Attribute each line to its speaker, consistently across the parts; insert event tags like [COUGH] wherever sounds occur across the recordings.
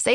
Speaker 1: Say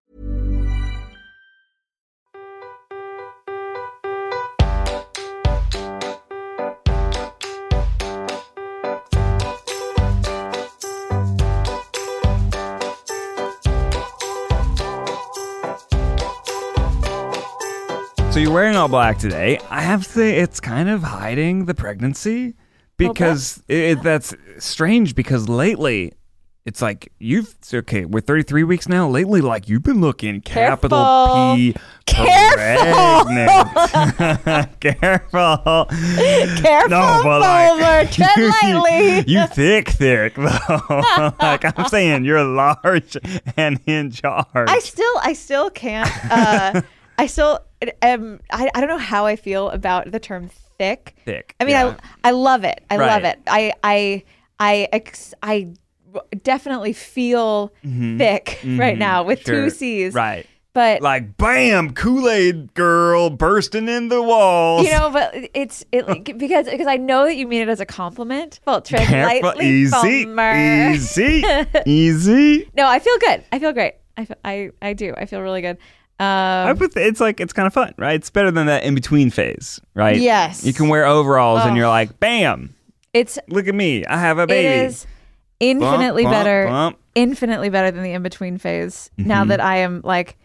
Speaker 2: So you're wearing all black today. I have to say, it's kind of hiding the pregnancy because it, that's strange. Because lately, it's like you've okay. We're 33 weeks now. Lately, like you've been looking capital P pregnant. [LAUGHS] Careful.
Speaker 3: Careful,
Speaker 2: No, but [LAUGHS]
Speaker 3: Fulmer.
Speaker 2: like
Speaker 3: Tread
Speaker 2: [LAUGHS]
Speaker 3: lightly.
Speaker 2: you thick, thick though. [LAUGHS] like I'm saying, you're large and in charge.
Speaker 3: I still, I still can't. Uh, I still am. I, I don't know how I feel about the term thick.
Speaker 2: Thick,
Speaker 3: I mean,
Speaker 2: yeah.
Speaker 3: I, I love it. I love
Speaker 2: Right.
Speaker 3: it. I, I, I, ex- I definitely feel thick right now with
Speaker 2: Mm-hmm. Sure.
Speaker 3: two C's.
Speaker 2: Right.
Speaker 3: But
Speaker 2: like bam kool-aid girl bursting in the walls
Speaker 3: you know, but it's
Speaker 2: [LAUGHS]
Speaker 3: it like, because because I know that you mean it as a compliment. Well, tread
Speaker 2: Careful,
Speaker 3: lightly,
Speaker 2: easy
Speaker 3: Fulmer. [LAUGHS]
Speaker 2: easy easy
Speaker 3: No, I feel good. I feel great. I, feel, I, I do. I feel really good. Um,
Speaker 2: I put it's like it's kind of fun right it's better than that in between phase right
Speaker 3: Yes.
Speaker 2: you can wear overalls and you're like bam
Speaker 3: it's
Speaker 2: look at me i have a baby
Speaker 3: It is infinitely
Speaker 2: Bump, bump,
Speaker 3: better,
Speaker 2: bump. Mm-hmm.
Speaker 3: infinitely better than the in between phase. Now that I am like,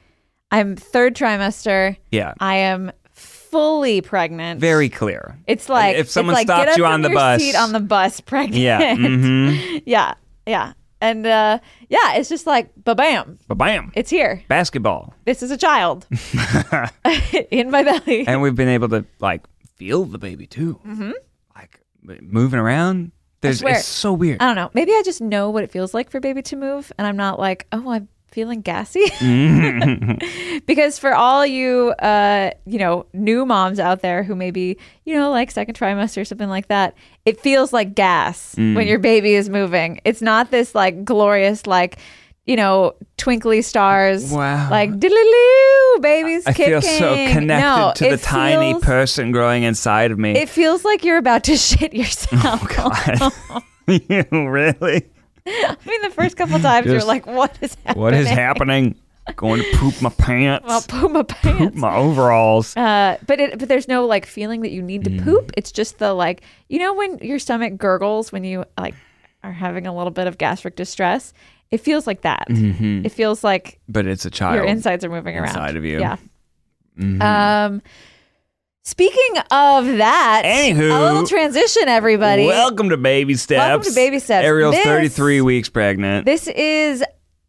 Speaker 3: I'm third trimester.
Speaker 2: Yeah.
Speaker 3: I am fully pregnant.
Speaker 2: very clear
Speaker 3: It's like
Speaker 2: if
Speaker 3: it's
Speaker 2: someone
Speaker 3: like,
Speaker 2: stopped
Speaker 3: get up
Speaker 2: you
Speaker 3: from
Speaker 2: on the
Speaker 3: your
Speaker 2: bus
Speaker 3: seat on the [LAUGHS] bus, pregnant.
Speaker 2: yeah mm-hmm.
Speaker 3: yeah, yeah, and uh, yeah. It's just like, ba bam,
Speaker 2: but bam
Speaker 3: it's here.
Speaker 2: basketball
Speaker 3: This is
Speaker 2: [LAUGHS]
Speaker 3: a child [LAUGHS] in my belly.
Speaker 2: and we've been able to like feel the baby too mm-hmm. like moving around there's
Speaker 3: swear.
Speaker 2: it's so weird
Speaker 3: I don't know. Maybe I just know what it feels like for baby to move, and I'm not like, oh, I'm feeling gassy.
Speaker 2: Mm-hmm.
Speaker 3: [LAUGHS] because for all you, uh, you know, new moms out there who maybe, you know, like second trimester or something like that, it feels like gas
Speaker 2: Mm.
Speaker 3: when your baby is moving. It's not this like glorious, like, you know, twinkly stars.
Speaker 2: Wow.
Speaker 3: Like, diddly-loo, baby's
Speaker 2: I
Speaker 3: kicking.
Speaker 2: feel so connected
Speaker 3: No,
Speaker 2: to the
Speaker 3: it
Speaker 2: tiny
Speaker 3: feels-
Speaker 2: person growing inside of me.
Speaker 3: It feels like you're about to [LAUGHS] shit yourself.
Speaker 2: Oh, [LAUGHS] you really?
Speaker 3: I mean, the first couple times you're
Speaker 2: Just-
Speaker 3: like, what is happening?
Speaker 2: What is happening? Going to poop my pants,
Speaker 3: I'll poop
Speaker 2: [LAUGHS]
Speaker 3: my
Speaker 2: poop
Speaker 3: pants.
Speaker 2: my overalls.
Speaker 3: Uh, but it, but there's no like feeling that you need
Speaker 2: Mm.
Speaker 3: to poop. It's just the like you know when your stomach gurgles when you like are having a little bit of gastric distress. It feels like that. It feels like
Speaker 2: But it's a child.
Speaker 3: your insides are moving around
Speaker 2: Mm-hmm. inside of you. Mm-hmm.
Speaker 3: Yeah. Um. Speaking of that,
Speaker 2: Anywho.
Speaker 3: a little transition, everybody.
Speaker 2: Welcome to Baby Steps.
Speaker 3: Welcome to Baby Steps.
Speaker 2: Ariel's
Speaker 3: This-
Speaker 2: 33 weeks pregnant.
Speaker 3: This is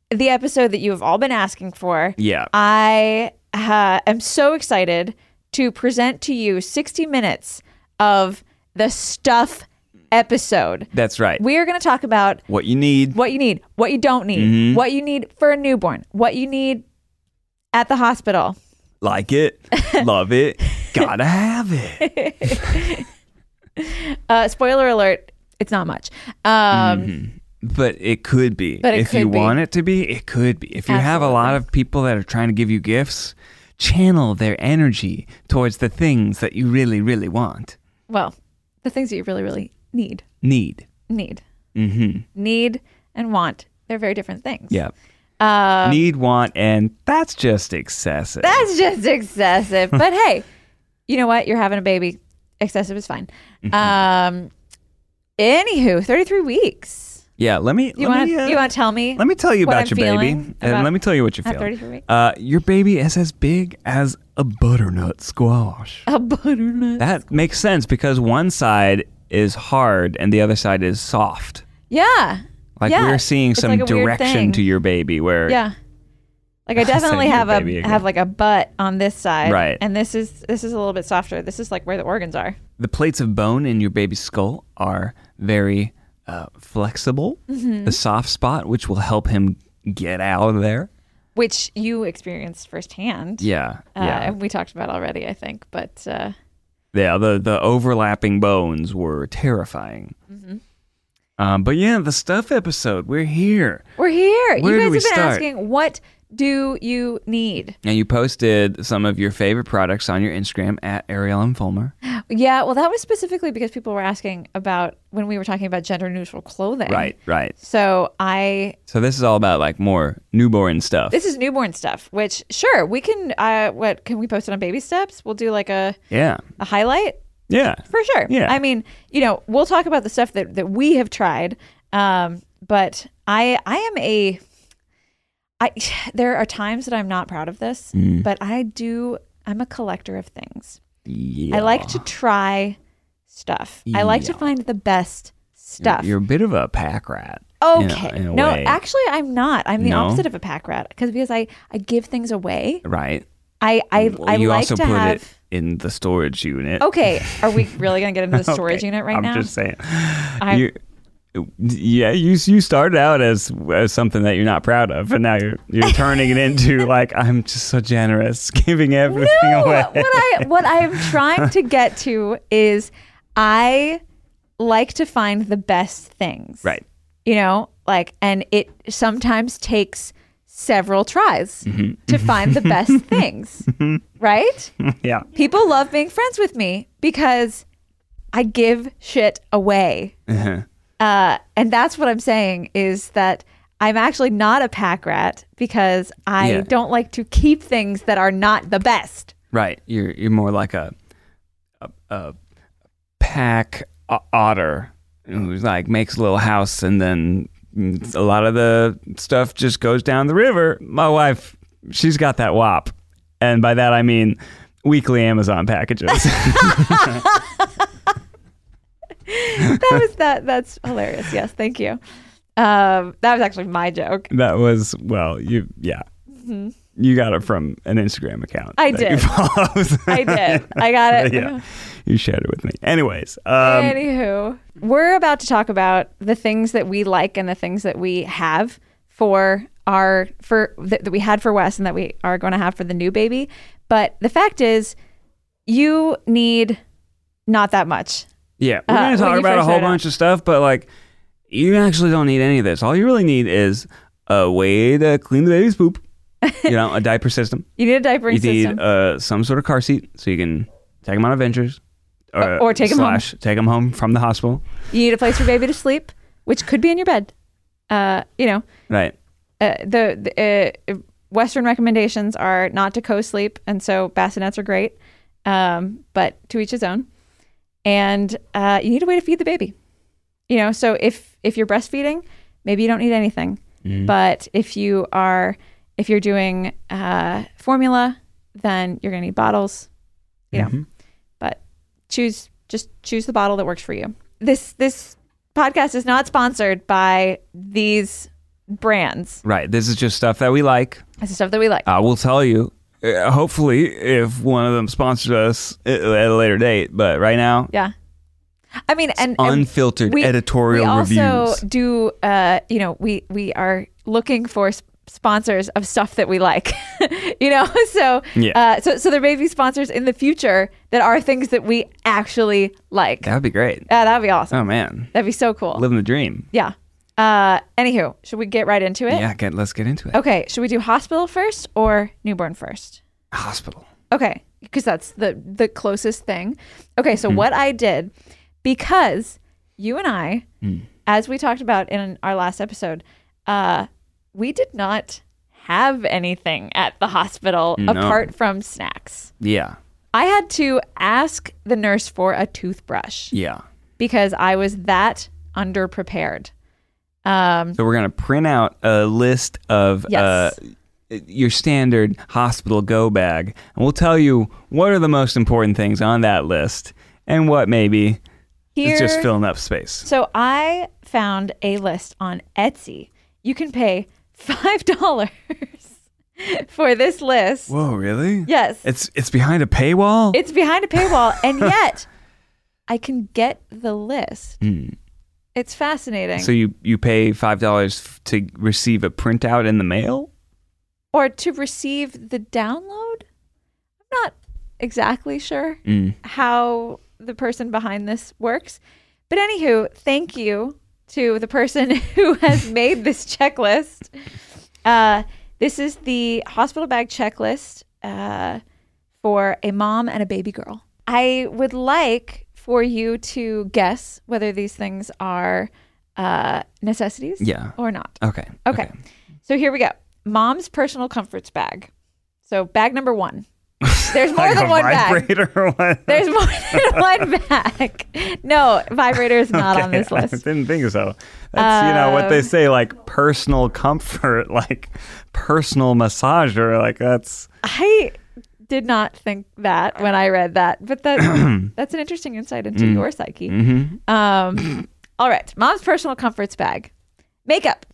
Speaker 3: the episode that you have all been asking for.
Speaker 2: yeah.
Speaker 3: I uh, am so excited to present to you 60 minutes of the stuff episode.
Speaker 2: That's right.
Speaker 3: We are going to talk about
Speaker 2: what you need.
Speaker 3: what you need, what you don't need, what you need for a newborn, what you need at the hospital.
Speaker 2: Like
Speaker 3: [LAUGHS]
Speaker 2: it. love it. Gotta have it.
Speaker 3: Uh, spoiler alert, it's not much. Um,
Speaker 2: But it could be.
Speaker 3: But it
Speaker 2: if you
Speaker 3: could be.
Speaker 2: want it to be, it could be. If you have a lot of people that are trying to give you gifts, channel their energy towards the things that you really, really want.
Speaker 3: Well, the things that you really, really need,
Speaker 2: Need.
Speaker 3: need,
Speaker 2: Mm-hmm.
Speaker 3: need, and want. They're very different things.
Speaker 2: Yeah.
Speaker 3: Uh,
Speaker 2: Need, want, and that's just excessive.
Speaker 3: That's just
Speaker 2: [LAUGHS]
Speaker 3: excessive. But hey, you know what? You're having a baby.
Speaker 2: Mm-hmm.
Speaker 3: Excessive is fine. Um, anywho, 33 weeks.
Speaker 2: Yeah, let me.
Speaker 3: You
Speaker 2: let
Speaker 3: want
Speaker 2: me, uh,
Speaker 3: to you want to tell me?
Speaker 2: Let me tell you
Speaker 3: what
Speaker 2: about
Speaker 3: I'm
Speaker 2: your baby,
Speaker 3: feeling
Speaker 2: and
Speaker 3: about-
Speaker 2: let me tell you what you
Speaker 3: at
Speaker 2: feel.
Speaker 3: 33 weeks?
Speaker 2: Uh, your baby is as big as a butternut squash.
Speaker 3: a butternut.
Speaker 2: That makes sense because one side is hard and the other side is soft.
Speaker 3: yeah.
Speaker 2: Like
Speaker 3: yeah.
Speaker 2: we're seeing
Speaker 3: It's
Speaker 2: some
Speaker 3: like a weird
Speaker 2: direction
Speaker 3: thing.
Speaker 2: to your baby where
Speaker 3: Yeah.
Speaker 2: [LAUGHS]
Speaker 3: Like I
Speaker 2: Say
Speaker 3: definitely
Speaker 2: your
Speaker 3: have a
Speaker 2: baby again.
Speaker 3: have like a butt on this side,
Speaker 2: Right.
Speaker 3: And this is this is a little bit softer. This is like where the organs are.
Speaker 2: the plates of bone in your baby's skull are very uh, flexible.
Speaker 3: Mm-hmm.
Speaker 2: The soft spot, which will help him get out of there.
Speaker 3: which you experienced firsthand.
Speaker 2: Yeah.
Speaker 3: Uh,
Speaker 2: yeah.
Speaker 3: And we talked about already, I think. But uh,
Speaker 2: Yeah, the the overlapping bones were terrifying.
Speaker 3: Mm-hmm.
Speaker 2: Um, but yeah, the stuff episode, we're here,
Speaker 3: we're
Speaker 2: Where
Speaker 3: here.
Speaker 2: do
Speaker 3: you guys have
Speaker 2: we
Speaker 3: been
Speaker 2: start?
Speaker 3: asking, what do you need?
Speaker 2: and you posted some of your favorite products on your Instagram at Ariel and Fulmer.
Speaker 3: Yeah, well, that was specifically because people were asking about when we were talking about gender neutral clothing.
Speaker 2: Right, right.
Speaker 3: So I
Speaker 2: So this is all about like more newborn stuff.
Speaker 3: this is newborn stuff, which sure we can. Uh, what can we post it on baby steps? We'll do like a
Speaker 2: yeah,
Speaker 3: a highlight
Speaker 2: yeah,
Speaker 3: for sure.
Speaker 2: Yeah.
Speaker 3: I mean, you know, we'll talk about the stuff that, that we have tried. Um, but I I am a I [SIGHS] there are times that I'm not proud of this,
Speaker 2: Mm.
Speaker 3: but I do I'm a collector of things.
Speaker 2: yeah.
Speaker 3: I like to try stuff. I like to
Speaker 2: Yeah.
Speaker 3: find the best stuff.
Speaker 2: You're a bit of a pack rat. in a-
Speaker 3: okay.
Speaker 2: in a
Speaker 3: no,
Speaker 2: way.
Speaker 3: actually I'm not. I'm the
Speaker 2: No?
Speaker 3: opposite of a pack rat because because I I give things away.
Speaker 2: right.
Speaker 3: I I
Speaker 2: Well,
Speaker 3: I
Speaker 2: you
Speaker 3: like
Speaker 2: also
Speaker 3: to
Speaker 2: put
Speaker 3: have
Speaker 2: it in the storage unit.
Speaker 3: Okay, are we really going to get into the
Speaker 2: [LAUGHS]
Speaker 3: storage
Speaker 2: Okay,
Speaker 3: unit right
Speaker 2: I'm
Speaker 3: now?
Speaker 2: just saying.
Speaker 3: I'm-
Speaker 2: You- yeah, you you started out as, as something that you're not proud of, and now you're you're turning it
Speaker 3: [LAUGHS]
Speaker 2: into like I'm just so generous, [LAUGHS] giving everything
Speaker 3: [LAUGHS] No,
Speaker 2: away.
Speaker 3: what I what I am trying to get to is I like to find the best things.
Speaker 2: Right. [LAUGHS]
Speaker 3: You know, like and it sometimes takes several tries
Speaker 2: Mm-hmm.
Speaker 3: to find the best
Speaker 2: [LAUGHS]
Speaker 3: things. Right?
Speaker 2: Yeah.
Speaker 3: People love being friends with me because I give shit away.
Speaker 2: Uh-huh.
Speaker 3: Uh, and that's what I'm saying is that I'm actually not a pack rat because I
Speaker 2: Yeah.
Speaker 3: don't like to keep things that are not the
Speaker 2: [LAUGHS]
Speaker 3: best.
Speaker 2: Right. You're you're more like a a, a pack o- otter who's like makes a little house and then a lot of the stuff just goes down the river. My wife, she's got that wop. And by that I mean weekly Amazon packages.
Speaker 3: [LAUGHS]
Speaker 2: [LAUGHS]
Speaker 3: that was that that's hilarious yes thank you um that was actually my joke
Speaker 2: that was well, you yeah. You got it from an Instagram account.
Speaker 3: Mm-hmm. I
Speaker 2: that you
Speaker 3: did.
Speaker 2: follow.
Speaker 3: i did i got
Speaker 2: [LAUGHS]
Speaker 3: it
Speaker 2: yeah. You shared it with me. Anyways, um,
Speaker 3: anywho we're about to talk about the things that we like and the things that we have for our for that, that we had for wes and that we are going to have for the new baby but the fact is you need not that much
Speaker 2: Yeah, we're
Speaker 3: Uh,
Speaker 2: going
Speaker 3: when
Speaker 2: to talk
Speaker 3: you
Speaker 2: about a
Speaker 3: first
Speaker 2: whole
Speaker 3: started out.
Speaker 2: bunch of stuff, but like, you actually don't need any of this. All you really need is a way to clean the baby's poop. You know,
Speaker 3: [LAUGHS]
Speaker 2: a diaper system.
Speaker 3: you need a diapering
Speaker 2: you need
Speaker 3: system
Speaker 2: Uh, some sort of car seat so you can take them on adventures,
Speaker 3: Uh, or take 'em home.
Speaker 2: slash, Take them home from the hospital.
Speaker 3: you need a place for baby to sleep which could be in your bed uh you know
Speaker 2: Right.
Speaker 3: uh, the, the uh, Western recommendations are not to co-sleep, and so bassinets are great, um, but to each his own. And uh, you need a way to feed the baby. You know, so if if you're breastfeeding, maybe you don't need anything. But if you are if you're doing uh, formula, then you're gonna need bottles. You know, but choose just choose the bottle that works for you. This this podcast is not sponsored by these brands.
Speaker 2: Right. This is just stuff that we like.
Speaker 3: That's the stuff that we like.
Speaker 2: I will tell you. Uh, hopefully, if one of them sponsors us uh, at a later date, but right now,
Speaker 3: yeah. I mean, and, and
Speaker 2: unfiltered
Speaker 3: we,
Speaker 2: editorial
Speaker 3: we also
Speaker 2: reviews.
Speaker 3: do, uh, you know, we, we are looking for s- sponsors of stuff that we like, [LAUGHS] you know? So,
Speaker 2: Yeah.
Speaker 3: uh, so, so there may be sponsors in the future that are things that we actually like.
Speaker 2: that would be great.
Speaker 3: Uh, that'd be awesome.
Speaker 2: Oh man,
Speaker 3: That'd be so cool.
Speaker 2: living the dream.
Speaker 3: yeah. Uh, anywho, should we get right into it?
Speaker 2: Yeah, get, let's get into it.
Speaker 3: Eh. Okay. Should we do hospital first or newborn first?
Speaker 2: Hospital.
Speaker 3: Okay, because that's the the closest thing. Okay, so what I did because you and I, as we talked about in our last episode, uh, we did not have anything at the hospital apart from snacks.
Speaker 2: Yeah.
Speaker 3: I had to ask the nurse for a toothbrush
Speaker 2: Yeah.
Speaker 3: because I was that underprepared. Um,
Speaker 2: So we're gonna print out a list of uh,
Speaker 3: Yes.
Speaker 2: your standard hospital go bag, and we'll tell you what are the most important things on that list, and what maybe
Speaker 3: here,
Speaker 2: is just filling up space.
Speaker 3: So I found a list on Etsy. You can pay five [LAUGHS] dollars for this list.
Speaker 2: Whoa, really?
Speaker 3: Yes,
Speaker 2: It's it's behind a paywall.
Speaker 3: it's behind a paywall,
Speaker 2: [LAUGHS]
Speaker 3: and yet I can get the list. It's fascinating.
Speaker 2: Hmm. so you you pay five dollars to receive a printout in the mail.
Speaker 3: or to receive the download. I'm not exactly sure
Speaker 2: Mm.
Speaker 3: how the person behind this works. But anywho, thank you to the person [LAUGHS] who
Speaker 2: [LAUGHS]
Speaker 3: has made this checklist. Uh, this is the hospital bag checklist uh, for a mom and a baby girl. I would like for you to guess whether these things are uh, necessities
Speaker 2: Yeah.
Speaker 3: or not.
Speaker 2: Okay.
Speaker 3: Okay. So here we go. Mom's personal comforts bag. So bag number
Speaker 2: [LAUGHS]
Speaker 3: one. There's more
Speaker 2: Like
Speaker 3: than
Speaker 2: a
Speaker 3: one bag.
Speaker 2: vibrator or what?
Speaker 3: There's more [LAUGHS] than one bag. No, vibrator is not on
Speaker 2: [LAUGHS]
Speaker 3: this
Speaker 2: I
Speaker 3: list.
Speaker 2: didn't think so. That's you know what they
Speaker 3: Um,
Speaker 2: say, like personal comfort, [LAUGHS] like personal massager, like that's
Speaker 3: I did not think that when I read that, but that
Speaker 2: [CLEARS THROAT]
Speaker 3: that's an interesting insight into
Speaker 2: Mm.
Speaker 3: your psyche.
Speaker 2: Mm-hmm. [CLEARS THROAT]
Speaker 3: Um, all right, mom's personal comforts bag, makeup.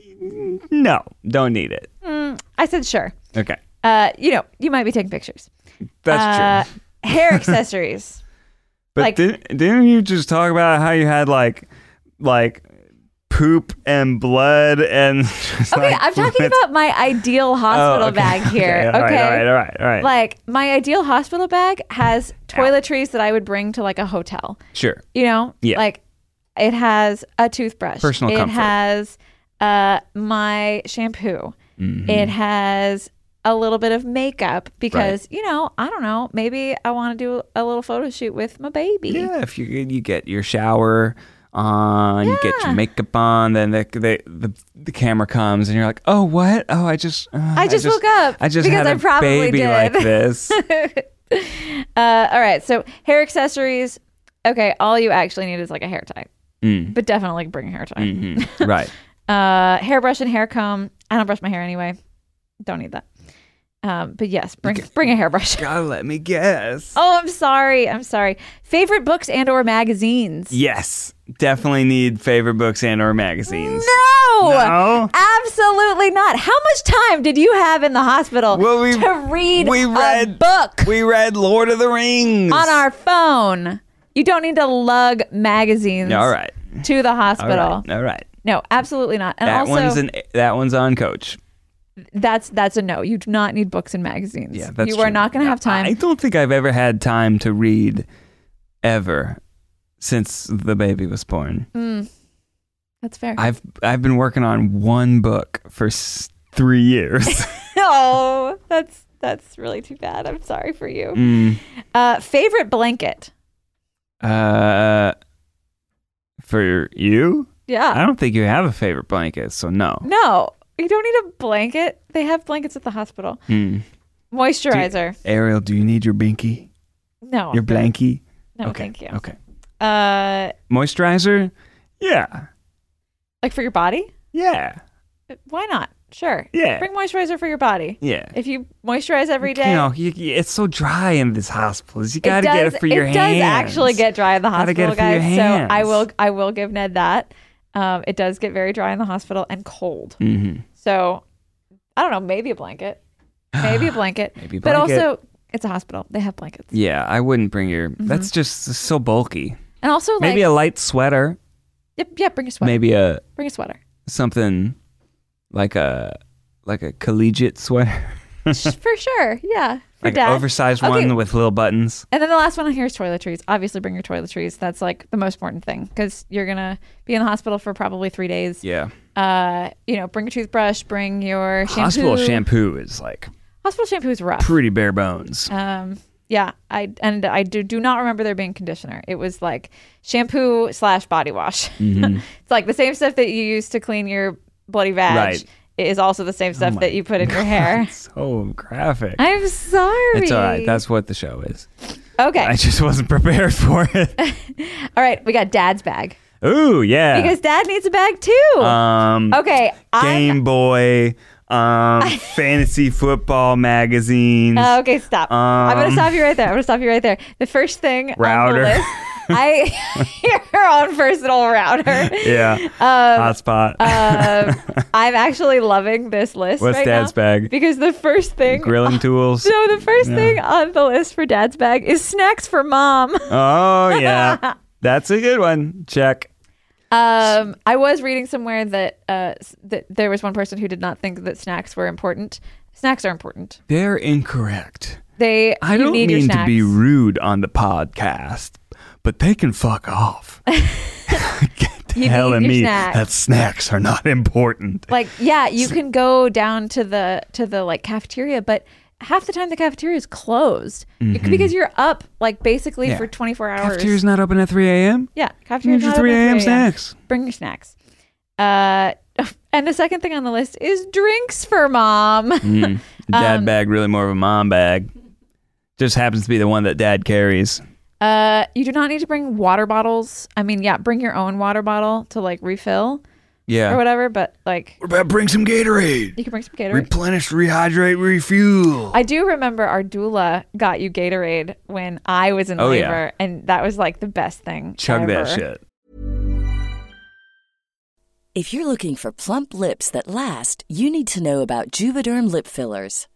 Speaker 2: no, don't need it.
Speaker 3: I said sure.
Speaker 2: Okay,
Speaker 3: Uh, you know, you might be taking pictures.
Speaker 2: that's
Speaker 3: uh,
Speaker 2: true. [LAUGHS]
Speaker 3: Hair accessories.
Speaker 2: But
Speaker 3: like-
Speaker 2: didn't, didn't you just talk about how you had like like poop and blood and [LAUGHS] just,
Speaker 3: Okay,
Speaker 2: like, [LAUGHS]
Speaker 3: I'm talking
Speaker 2: fluids?
Speaker 3: about my ideal hospital
Speaker 2: Oh, okay,
Speaker 3: bag here.
Speaker 2: Okay,
Speaker 3: Okay.
Speaker 2: all right, all right, all right, all right.
Speaker 3: Like my ideal hospital bag has toiletries that I would bring to like a hotel.
Speaker 2: sure.
Speaker 3: You know?
Speaker 2: Yeah.
Speaker 3: Like it has a toothbrush.
Speaker 2: Personal
Speaker 3: it
Speaker 2: comfort.
Speaker 3: has uh my shampoo.
Speaker 2: Mm-hmm.
Speaker 3: It has a little bit of makeup because, you know, I don't know, maybe I want to do a little photo shoot with my baby.
Speaker 2: Yeah, if you you get your shower on, you get your
Speaker 3: Yeah.
Speaker 2: makeup on, then the, the the the camera comes and you're like, oh what? Oh, I just uh, I
Speaker 3: just woke up
Speaker 2: I just
Speaker 3: because
Speaker 2: had
Speaker 3: I
Speaker 2: a
Speaker 3: probably
Speaker 2: baby
Speaker 3: did."
Speaker 2: like
Speaker 3: [LAUGHS]
Speaker 2: this.
Speaker 3: Uh, all right. So hair accessories. Okay. All you actually need is like a hair tie,
Speaker 2: Mm.
Speaker 3: but definitely bring a hair tie.
Speaker 2: Mhm. Right.
Speaker 3: Uh, hairbrush and hair comb. I don't brush my hair anyway. Don't need that. Um, but yes, bring bring a hairbrush. [LAUGHS]
Speaker 2: Gotta let me guess.
Speaker 3: Oh, I'm sorry. I'm sorry. Favorite books and or magazines.
Speaker 2: Yes, definitely need favorite books and or magazines.
Speaker 3: No.
Speaker 2: No?
Speaker 3: Absolutely not. How much time did you have in the hospital
Speaker 2: Well, we-
Speaker 3: to read
Speaker 2: we
Speaker 3: a
Speaker 2: read-
Speaker 3: book
Speaker 2: We read Lord of the Rings
Speaker 3: on our phone? You don't need to lug magazines
Speaker 2: All right.
Speaker 3: to the
Speaker 2: All
Speaker 3: hospital.
Speaker 2: right. All right.
Speaker 3: No, absolutely not. And
Speaker 2: That
Speaker 3: also,
Speaker 2: one's an that one's on coach.
Speaker 3: that's that's a no. You do not need books and magazines.
Speaker 2: Yeah, that's
Speaker 3: you are
Speaker 2: true.
Speaker 3: not going to have time.
Speaker 2: I don't think I've ever had time to read ever since the baby was born.
Speaker 3: Mm. that's fair.
Speaker 2: I've I've been working on one book for s- three
Speaker 3: [LAUGHS]
Speaker 2: years.
Speaker 3: no, that's that's really too bad. I'm sorry for you.
Speaker 2: Mm.
Speaker 3: Uh, favorite blanket?
Speaker 2: uh, for you, I
Speaker 3: Yeah.
Speaker 2: don't think you have a favorite blanket, so no.
Speaker 3: No, you don't need a blanket. They have blankets at the hospital.
Speaker 2: Hmm.
Speaker 3: Moisturizer?
Speaker 2: Ariel, do you need your binky,
Speaker 3: no.
Speaker 2: your blankie?
Speaker 3: No,
Speaker 2: okay.
Speaker 3: Oh, thank you.
Speaker 2: Okay.
Speaker 3: Uh,
Speaker 2: Moisturizer, yeah,
Speaker 3: like for your body?
Speaker 2: yeah,
Speaker 3: Why not? Sure.
Speaker 2: Yeah.
Speaker 3: Bring moisturizer for your body.
Speaker 2: yeah.
Speaker 3: If you moisturize every day,
Speaker 2: You know, you, you- it's so dry in this hospital. You got to
Speaker 3: does,
Speaker 2: get it for your
Speaker 3: It
Speaker 2: hands.
Speaker 3: does actually get dry in the
Speaker 2: Gotta get
Speaker 3: hospital,
Speaker 2: it for your
Speaker 3: guys.
Speaker 2: hands.
Speaker 3: So I will I will give Ned that. Um, it does get very dry in the hospital and cold.
Speaker 2: Mm-hmm.
Speaker 3: So I don't know, maybe a blanket,
Speaker 2: [SIGHS]
Speaker 3: maybe a blanket,
Speaker 2: Maybe a
Speaker 3: but
Speaker 2: blanket.
Speaker 3: also it's a hospital. They have blankets,
Speaker 2: Yeah, I wouldn't bring your. That's just so bulky.
Speaker 3: and also like
Speaker 2: Maybe a light sweater.
Speaker 3: yep, yeah, bring a sweater.
Speaker 2: Maybe a
Speaker 3: Bring
Speaker 2: [LAUGHS]
Speaker 3: a sweater.
Speaker 2: something like a like a collegiate sweater, [LAUGHS]
Speaker 3: Sh- for sure, yeah. For
Speaker 2: like an
Speaker 3: dad.
Speaker 2: oversized
Speaker 3: Okay.
Speaker 2: one with little buttons.
Speaker 3: And then the last one on here is toiletries. Obviously, bring your toiletries. That's like the most important thing because you're gonna be in the hospital for probably three days.
Speaker 2: Yeah,
Speaker 3: Uh, you know, bring your toothbrush, bring your shampoo.
Speaker 2: hospital shampoo is like
Speaker 3: Hospital shampoo is rough.
Speaker 2: pretty bare bones.
Speaker 3: Um, yeah, I and I do do not remember there being conditioner. It was like shampoo slash body wash. [LAUGHS]
Speaker 2: Mm-hmm.
Speaker 3: it's like the same stuff that you use to clean your bloody vag
Speaker 2: Right. Oh
Speaker 3: is also the same stuff that you put in your hair.
Speaker 2: so graphic.
Speaker 3: [LAUGHS] I'm sorry.
Speaker 2: It's all right. That's what the show is.
Speaker 3: okay. [LAUGHS]
Speaker 2: I just wasn't prepared for it.
Speaker 3: all right, we got dad's bag.
Speaker 2: Ooh, yeah.
Speaker 3: Because dad needs a bag too.
Speaker 2: um,
Speaker 3: okay. I'm,
Speaker 2: Game Boy,
Speaker 3: [LAUGHS]
Speaker 2: um, fantasy football magazines.
Speaker 3: uh, okay, stop. I'm going to stop you right there. I'm going to stop you right there. The first thing
Speaker 2: Router.
Speaker 3: on the list,
Speaker 2: [LAUGHS]
Speaker 3: I [LAUGHS] your own personal router.
Speaker 2: yeah. Hotspot. [LAUGHS]
Speaker 3: Um, I'm actually loving this list
Speaker 2: What's
Speaker 3: right
Speaker 2: dad's
Speaker 3: now
Speaker 2: bag?
Speaker 3: because the first thing
Speaker 2: Grilling
Speaker 3: [LAUGHS]
Speaker 2: tools.
Speaker 3: So the first thing on the list for dad's bag is snacks for mom.
Speaker 2: Oh,
Speaker 3: [LAUGHS]
Speaker 2: yeah. That's a good one. Check.
Speaker 3: Um, I was reading somewhere that uh, s- that there was one person who did not think that snacks were important. Snacks are important.
Speaker 2: They're incorrect.
Speaker 3: They
Speaker 2: I
Speaker 3: you
Speaker 2: don't
Speaker 3: need your
Speaker 2: mean to be
Speaker 3: snacks.
Speaker 2: rude on the podcast, but they can fuck
Speaker 3: [LAUGHS]
Speaker 2: off. [LAUGHS] Get
Speaker 3: You
Speaker 2: telling
Speaker 3: need your
Speaker 2: me
Speaker 3: snacks.
Speaker 2: that snacks are not important.
Speaker 3: like yeah, you can go down to the to the like cafeteria, but half the time the cafeteria is closed It- because you're up like basically
Speaker 2: Mm-hmm. Yeah.
Speaker 3: for 24 hours.
Speaker 2: Cafeteria's not open at 3 a.m.
Speaker 3: yeah,
Speaker 2: You
Speaker 3: cafeteria.
Speaker 2: need your 3 a.m. snacks.
Speaker 3: Bring your snacks. Uh, [LAUGHS] and the second thing on the list is drinks for mom. [LAUGHS]
Speaker 2: Mm. [LAUGHS] Um, Dad bag, really more of a mom bag. Just happens to be the one that dad carries.
Speaker 3: Uh, you do not need to bring water bottles. I mean, yeah, bring your own water bottle to like refill or
Speaker 2: Yeah.
Speaker 3: whatever, but like
Speaker 2: What about bring some Gatorade?
Speaker 3: you can bring some Gatorade.
Speaker 2: Replenish, rehydrate, refuel.
Speaker 3: I do remember our doula got you Gatorade when I was in
Speaker 2: Oh, yeah.
Speaker 3: labor, and that was like the best thing.
Speaker 2: Chug
Speaker 3: ever.
Speaker 2: that shit.
Speaker 4: If you're looking for plump lips that last, you need to know about Juvederm lip fillers.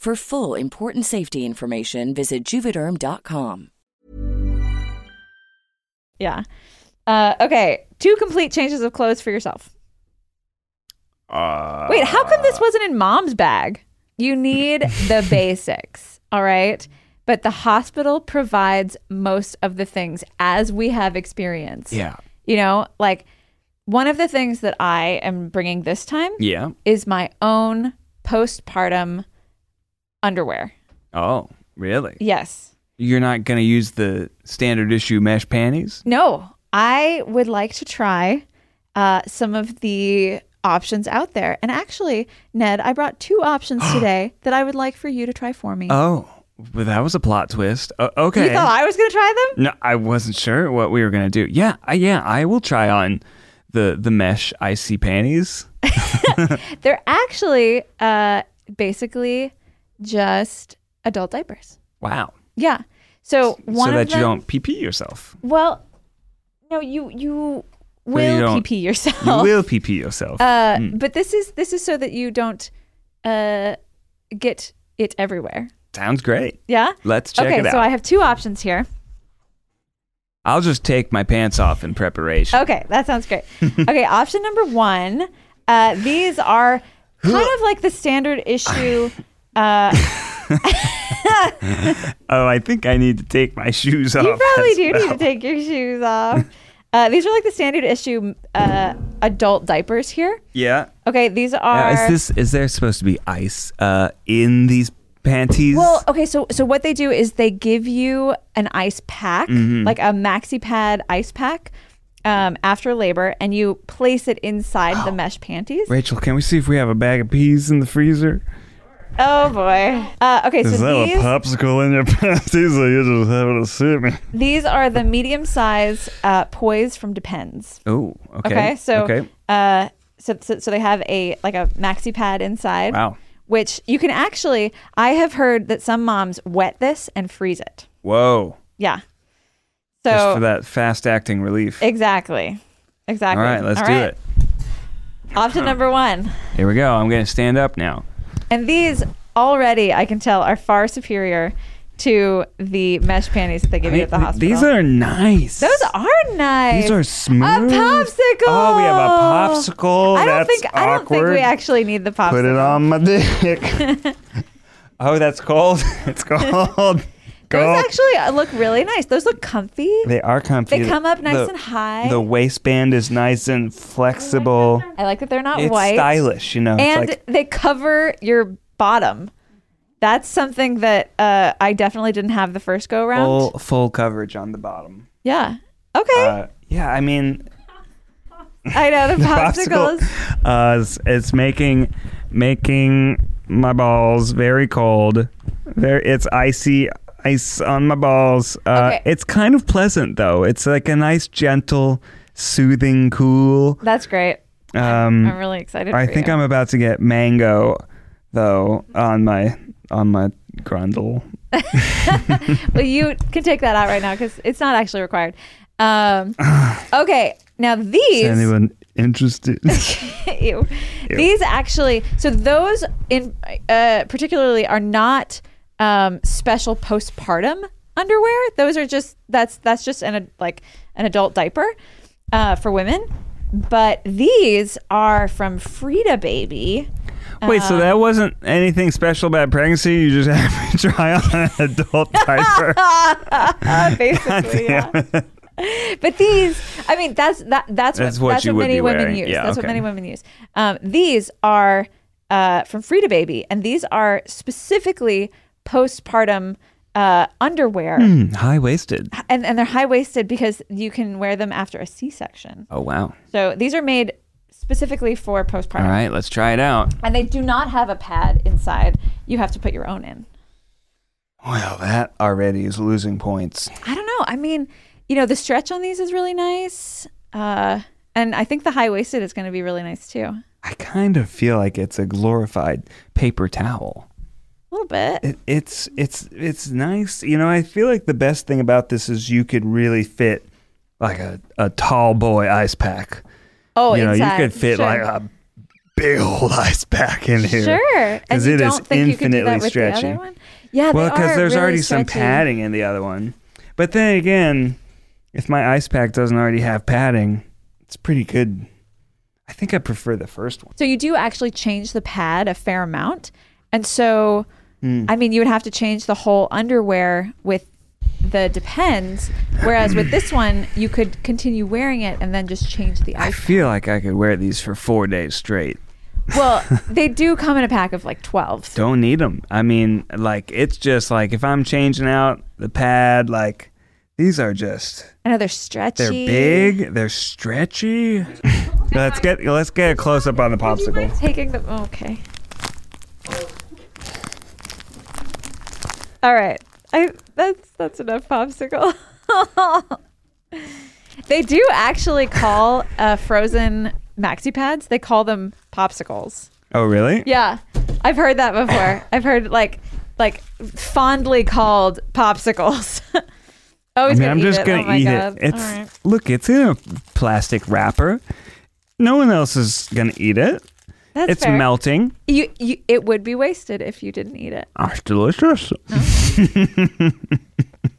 Speaker 4: For full important safety information, visit juvederm.com.
Speaker 3: Yeah. Uh, okay, two complete changes of clothes for yourself.
Speaker 2: Uh,
Speaker 3: Wait, how come this wasn't in mom's bag? You
Speaker 2: [LAUGHS]
Speaker 3: need the basics, all right? But the hospital provides most of the things as we have experienced.
Speaker 2: Yeah.
Speaker 3: You know, like one of the things that I am bringing this time
Speaker 2: Yeah.
Speaker 3: is my own postpartum underwear.
Speaker 2: Oh, really?
Speaker 3: Yes.
Speaker 2: You're not going to use the standard issue mesh panties?
Speaker 3: No, I would like to try uh, some of the options out there. And actually, Ned, I brought two
Speaker 2: [GASPS]
Speaker 3: options today that I would like for you to try for me.
Speaker 2: Oh, but that was a plot twist. O- okay.
Speaker 3: You thought I was going to try them?
Speaker 2: No, I wasn't sure what we were gonna do. Yeah, I, yeah, I will try on the the mesh icy panties.
Speaker 3: They're actually uh, basically just adult diapers.
Speaker 2: Wow,
Speaker 3: Yeah. So
Speaker 2: so
Speaker 3: one of
Speaker 2: that you
Speaker 3: them-
Speaker 2: don't pee pee yourself.
Speaker 3: Well, no, you you
Speaker 2: you
Speaker 3: will
Speaker 2: don't-
Speaker 3: pee pee yourself.
Speaker 2: You will Hmm. pee pee yourself.
Speaker 3: Oh. Uh, But this is this is so that you don't uh, get it everywhere.
Speaker 2: Sounds great.
Speaker 3: Yeah.
Speaker 2: Let's check
Speaker 3: okay,
Speaker 2: it out.
Speaker 3: so I have two options here.
Speaker 2: I'll just take my pants off in preparation.
Speaker 3: Okay, that
Speaker 2: [LAUGHS]
Speaker 3: sounds great. okay, option number one. Uh, these are kind of like the standard
Speaker 2: [SIGHS]
Speaker 3: issue. Uh,
Speaker 2: Oh, I think I need to take my [LAUGHS] shoes off.
Speaker 3: you probably
Speaker 2: as
Speaker 3: do
Speaker 2: well.
Speaker 3: need to take your shoes off. Uh, these are like the standard issue uh, adult diapers here.
Speaker 2: Yeah.
Speaker 3: Okay, these
Speaker 2: Now,
Speaker 3: are.
Speaker 2: is this is there supposed to be ice uh, in these panties?
Speaker 3: Well, okay, so so what they do is they give you an ice pack,
Speaker 2: Mm-hmm.
Speaker 3: like a maxi pad ice pack, um, after labor, and you place it inside the mesh panties.
Speaker 2: Rachel, can we see if we have a bag of peas in the freezer?
Speaker 3: Oh boy. Uh, okay,
Speaker 2: Is that
Speaker 3: so
Speaker 2: a
Speaker 3: these,
Speaker 2: popsicle in your [LAUGHS] panties, or you just having a sip?
Speaker 3: these are the medium size uh, poise from Depends.
Speaker 2: Oh, okay.
Speaker 3: Okay, so
Speaker 2: okay,
Speaker 3: uh, so, so so they have a like a maxi pad inside.
Speaker 2: Wow.
Speaker 3: Which you can actually, I have heard that some moms wet this and freeze it.
Speaker 2: whoa,
Speaker 3: Yeah. So
Speaker 2: just for that fast acting relief.
Speaker 3: Exactly. Exactly.
Speaker 2: All right, let's do it. [CLEARS THROAT]
Speaker 3: it. Option number one.
Speaker 2: Here we go. I'm going to stand up now.
Speaker 3: And these already, I can tell, are far superior to the mesh panties that they give you at the
Speaker 2: Th-
Speaker 3: hospital.
Speaker 2: These are nice.
Speaker 3: Those are nice.
Speaker 2: These are smooth.
Speaker 3: A popsicle.
Speaker 2: Oh, we have a popsicle.
Speaker 3: I don't
Speaker 2: That's
Speaker 3: think I don't think
Speaker 2: awkward.
Speaker 3: we actually need the popsicle.
Speaker 2: Put it on my dick.
Speaker 3: [LAUGHS]
Speaker 2: oh, that's cold. [LAUGHS] It's cold.
Speaker 3: Those
Speaker 2: Cold.
Speaker 3: actually uh, look really nice. Those look comfy.
Speaker 2: they are comfy.
Speaker 3: They come up nice
Speaker 2: The-
Speaker 3: and high.
Speaker 2: The waistband is nice and flexible.
Speaker 3: I like that Oh they're not
Speaker 2: It's
Speaker 3: white.
Speaker 2: stylish, you know.
Speaker 3: and
Speaker 2: it's like,
Speaker 3: they cover your bottom. That's something that uh, I definitely didn't have the first go around.
Speaker 2: full full coverage on the bottom.
Speaker 3: Yeah. Okay.
Speaker 2: Uh, yeah, I mean,
Speaker 3: I know
Speaker 2: [LAUGHS]
Speaker 3: the
Speaker 2: the
Speaker 3: popsicles.
Speaker 2: popsicle, uh, it's, it's making making my balls very cold. There, it's icy ice on my balls. Uh,
Speaker 3: Okay.
Speaker 2: It's kind of pleasant though. It's like a nice, gentle, soothing, cool.
Speaker 3: That's great.
Speaker 2: Um,
Speaker 3: I'm really excited.
Speaker 2: I
Speaker 3: for
Speaker 2: think
Speaker 3: you.
Speaker 2: I'm about to get mango though on my on my grundle.
Speaker 3: Well, you can take that out right now because it's not actually required.
Speaker 2: [SIGHS]
Speaker 3: Um, okay. Now these.
Speaker 2: Anyone
Speaker 3: [LAUGHS]
Speaker 2: interested?
Speaker 3: Ew. These actually, so those in uh, particularly are not um, special postpartum underwear. Those are just that's that's just an ad- like an adult diaper uh, for women. But these are from Frida Baby.
Speaker 2: Wait,
Speaker 3: Uh,
Speaker 2: so that wasn't anything special about pregnancy? You just [LAUGHS] had me try on an adult
Speaker 3: [LAUGHS]
Speaker 2: diaper. [LAUGHS]
Speaker 3: Uh, [LAUGHS] basically, yeah. [LAUGHS] but these, I mean, that's that that's what
Speaker 2: That's
Speaker 3: that's
Speaker 2: what
Speaker 3: what,
Speaker 2: you would
Speaker 3: many
Speaker 2: be
Speaker 3: women
Speaker 2: wearing.
Speaker 3: use.
Speaker 2: Yeah,
Speaker 3: that's
Speaker 2: okay.
Speaker 3: what many women use. Um, these are uh, from Frida Baby, and these are specifically postpartum uh, underwear,
Speaker 2: Hmm, High waisted.
Speaker 3: and and they're high waisted because you can wear them after a C section.
Speaker 2: Oh wow!
Speaker 3: So these are made specifically for postpartum,
Speaker 2: All right, let's try it out.
Speaker 3: and they do not have a pad inside. You have to put your own in.
Speaker 2: Well, that already is losing points.
Speaker 3: I don't know. I mean, you know, the stretch on these is really nice. Uh, and I think the high waisted is going to be really nice too. A
Speaker 2: I kind of feel like it's a glorified paper towel.
Speaker 3: little bit.
Speaker 2: It, it's it's it's nice. You know, I feel like the best thing about this is you could really fit like a, a tall boy ice pack.
Speaker 3: Oh,
Speaker 2: you know,
Speaker 3: inside.
Speaker 2: you could fit
Speaker 3: Sure.
Speaker 2: like [LAUGHS] a big old [LAUGHS] ice pack in here.
Speaker 3: Sure. And
Speaker 2: because
Speaker 3: you
Speaker 2: it is
Speaker 3: don't think you could do
Speaker 2: infinitely
Speaker 3: that with
Speaker 2: stretchy.
Speaker 3: The other one? Yeah,
Speaker 2: Well,
Speaker 3: because
Speaker 2: because there's already some padding in the other one. But then again, if my ice pack doesn't already have padding, it's pretty good. I think I prefer the first one.
Speaker 3: So you do actually change the pad a fair amount. And so,
Speaker 2: Hmm.
Speaker 3: I mean, you would have to change the whole underwear with the depends. Whereas
Speaker 2: [CLEARS THROAT]
Speaker 3: with this one, you could continue wearing it and then just change the
Speaker 2: I
Speaker 3: outfit.
Speaker 2: feel like I could wear these for four days straight.
Speaker 3: well, they do come in a pack of like 12.
Speaker 2: Don't need them. I mean, like it's just like if I'm changing out the pad, like these are just
Speaker 3: I know they're stretchy.
Speaker 2: they're big, they're stretchy. [LAUGHS] let's get let's get a close up on the popsicle.
Speaker 3: Taking the oh, okay. All right, I that's that's enough popsicle. [LAUGHS] they do actually call uh, frozen maxi pads. They call them popsicles.
Speaker 2: Oh really?
Speaker 3: Yeah, I've heard
Speaker 2: [LAUGHS]
Speaker 3: that before. I've heard like like fondly called popsicles. [LAUGHS] oh,
Speaker 2: I
Speaker 3: he's
Speaker 2: mean,
Speaker 3: gonna
Speaker 2: I'm
Speaker 3: eat
Speaker 2: just
Speaker 3: it.
Speaker 2: gonna
Speaker 3: oh my
Speaker 2: eat
Speaker 3: God.
Speaker 2: it. It's
Speaker 3: All right.
Speaker 2: look, it's in a plastic wrapper. No one else is gonna eat it.
Speaker 3: That's
Speaker 2: it's
Speaker 3: fair.
Speaker 2: melting.
Speaker 3: You, you, it would be wasted if you didn't eat it.
Speaker 2: Ah, It's delicious.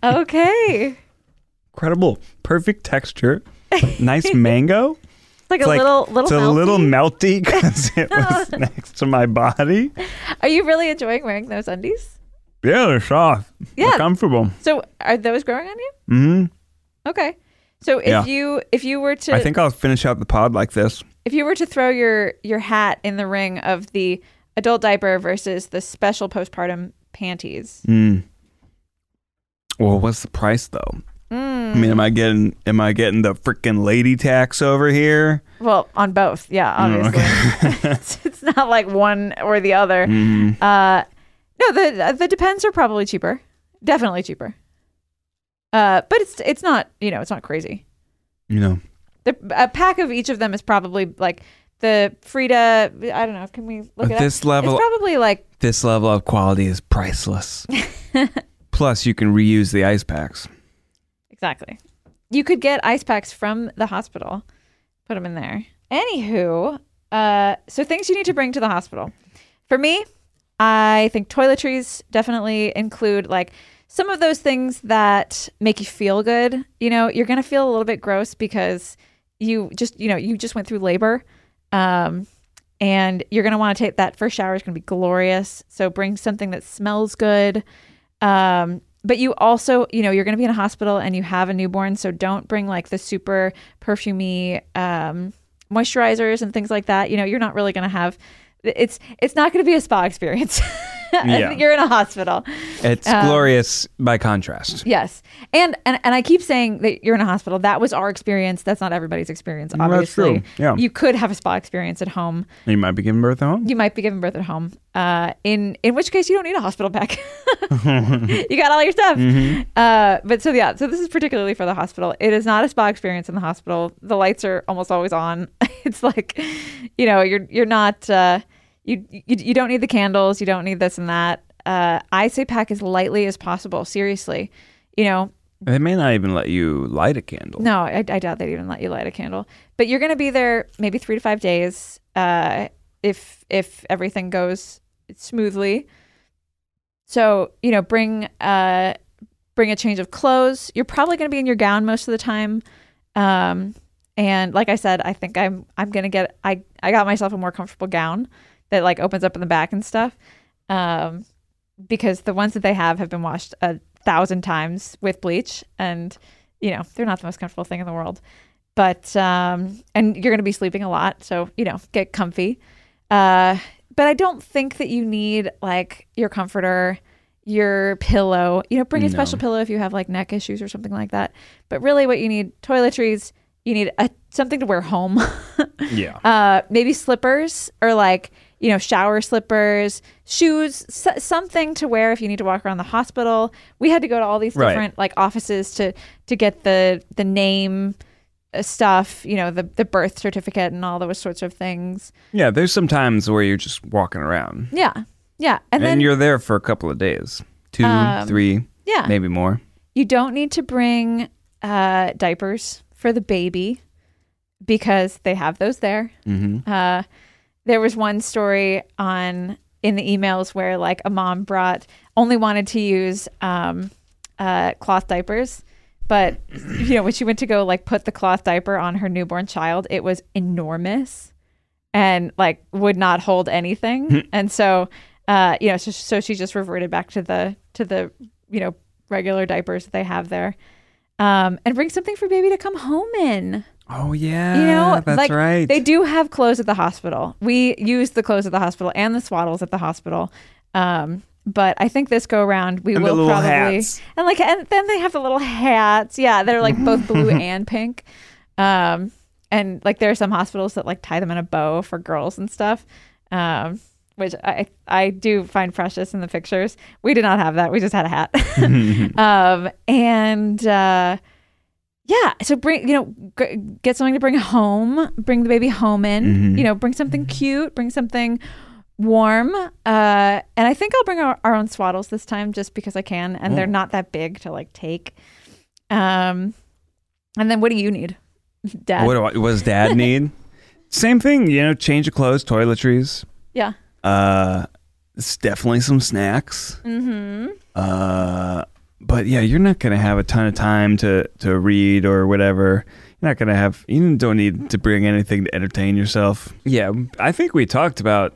Speaker 3: Okay.
Speaker 2: Incredible, perfect
Speaker 3: [LAUGHS]
Speaker 2: texture. Nice mango.
Speaker 3: It's like
Speaker 2: It's
Speaker 3: a
Speaker 2: like-
Speaker 3: little little.
Speaker 2: It's a little
Speaker 3: melty.
Speaker 2: melty
Speaker 3: [LAUGHS]
Speaker 2: because it was next to my body.
Speaker 3: Are you really enjoying wearing those undies?
Speaker 2: Yeah, they're soft.
Speaker 3: Yeah.
Speaker 2: they're comfortable.
Speaker 3: So are those growing on you?
Speaker 2: hmm
Speaker 3: Okay. So if
Speaker 2: Yeah.
Speaker 3: you if you were to
Speaker 2: I think I'll finish out the pod like this.
Speaker 3: if you were to throw your your hat in the ring of the adult diaper versus the special postpartum panties.
Speaker 2: Mm. Well, what's the price though? I mean, am
Speaker 3: Hmm.
Speaker 2: I getting am I getting the freaking lady tax over here?
Speaker 3: Well, on both, yeah,
Speaker 2: Mm,
Speaker 3: obviously. [LAUGHS] it's, it's not like one or the other.
Speaker 2: Mm. Hmm.
Speaker 3: Uh, no, the the depends are probably cheaper, definitely cheaper. Uh, but it's it's not you know it's not crazy.
Speaker 2: You know,
Speaker 3: The, a pack of each of them is probably like the Frida. I don't know. Can we look
Speaker 2: At
Speaker 3: at
Speaker 2: this level-
Speaker 3: It's probably like
Speaker 2: This level of quality is
Speaker 3: [LAUGHS]
Speaker 2: priceless. Plus, you can reuse the ice packs.
Speaker 3: exactly. You could get ice packs from the hospital, Put them in there. Anywho, uh, so things you need to bring to the hospital. For me, I think toiletries definitely include like some of those things that make you feel good. You know, you're gonna feel a little bit gross because you just you know you just went through labor, um, and you're gonna want to take that first shower is gonna be glorious. So bring something that smells good. Um, but you also, you know, you're going to be in a hospital and you have a newborn, so don't bring like the super perfumey um, moisturizers and things like that. You know, you're not really going to have. It's it's not going to be a spa experience. [LAUGHS]
Speaker 2: Yeah.
Speaker 3: you're in a hospital.
Speaker 2: It's
Speaker 3: Uh,
Speaker 2: glorious by contrast.
Speaker 3: Yes, and, and and I keep saying that you're in a hospital. That was our experience. That's not everybody's experience.
Speaker 2: that's
Speaker 3: Obviously,
Speaker 2: true. Yeah.
Speaker 3: you could have a spa experience at home.
Speaker 2: You might be giving birth at home.
Speaker 3: You might be giving birth at home. Uh, in in which case, you don't need a hospital pack. [LAUGHS] you got all your stuff. Uh, but so yeah, so this is particularly for the hospital. It is not a spa experience in the hospital. The lights are almost always on. [LAUGHS] it's like, you know, you're you're not uh, you, you you don't need the candles. You don't need this and that. Uh, I say pack as lightly as possible. Seriously, you know,
Speaker 2: They may not even let you light a candle.
Speaker 3: no, I, I doubt they'd even let you light a candle. But you're going to be there maybe three to five days uh, if if everything goes smoothly. So you know, bring uh, bring a change of clothes. You're probably going to be in your gown most of the time. Um, and like I said, I think I'm I'm going to get I I got myself a more comfortable gown that like opens up in the back and stuff. Um, because the ones that they have have been washed a thousand times with bleach and you know they're not the most comfortable thing in the world but um and you're going to be sleeping a lot so you know get comfy uh but i don't think that you need like your comforter your pillow you know bring a special pillow if you have like neck issues or something like that but really what you need toiletries you need a, something to wear home [LAUGHS]
Speaker 2: Yeah.
Speaker 3: uh, maybe slippers or like you know shower slippers shoes s- something to wear if you need to walk around the hospital we had to go to all these
Speaker 2: Right.
Speaker 3: different like offices to to get the the name uh, stuff you know the, the birth certificate and all those sorts of things
Speaker 2: Yeah, there's some times where you're just walking around
Speaker 3: yeah yeah
Speaker 2: and,
Speaker 3: and, then Um,
Speaker 2: you're there for a couple of days two, three,
Speaker 3: yeah
Speaker 2: maybe more.
Speaker 3: you don't need to bring uh, diapers for the baby because they have those there. Uh, there was one story on in the emails where like a mom brought only wanted to use um, uh, cloth diapers, but you know when she went to go like put the cloth diaper on her newborn child, it was enormous and like would not hold
Speaker 2: Hmm.
Speaker 3: anything. and so, uh, you know, so, so she just reverted back to the to the you know regular diapers that they have there, um, and bring something for baby to come home in.
Speaker 2: Oh yeah,
Speaker 3: You know,
Speaker 2: that's
Speaker 3: like
Speaker 2: right.
Speaker 3: they do have clothes at the hospital. We use the clothes at the hospital and the swaddles at the hospital. Um, but I think this go around we
Speaker 2: And the
Speaker 3: will
Speaker 2: little
Speaker 3: probably
Speaker 2: hats.
Speaker 3: and like and then they have the little hats, yeah, that are like both
Speaker 2: [LAUGHS]
Speaker 3: blue and pink. Um, and like there are some hospitals that like tie them in a bow for girls and stuff. Um, which I I do find precious in the pictures. We did not have that. We just had a hat. um, and uh, yeah, so bring you know g- get something to bring home, bring the baby home in. You know, bring something cute, bring something warm. Uh, and I think I'll bring our, our own swaddles this time just because I can, and they're not that big to like take. Um, and then what do you need, [LAUGHS] Dad?
Speaker 2: what do I, what does
Speaker 3: [LAUGHS]
Speaker 2: Dad need? Same thing, you know, change of clothes, toiletries.
Speaker 3: yeah,
Speaker 2: Uh, it's definitely some snacks. Mm-hmm. Uh, but yeah, you're not gonna have a ton of time to to read or whatever. You're not gonna have. You don't need to bring anything to entertain yourself. Yeah, I think we talked about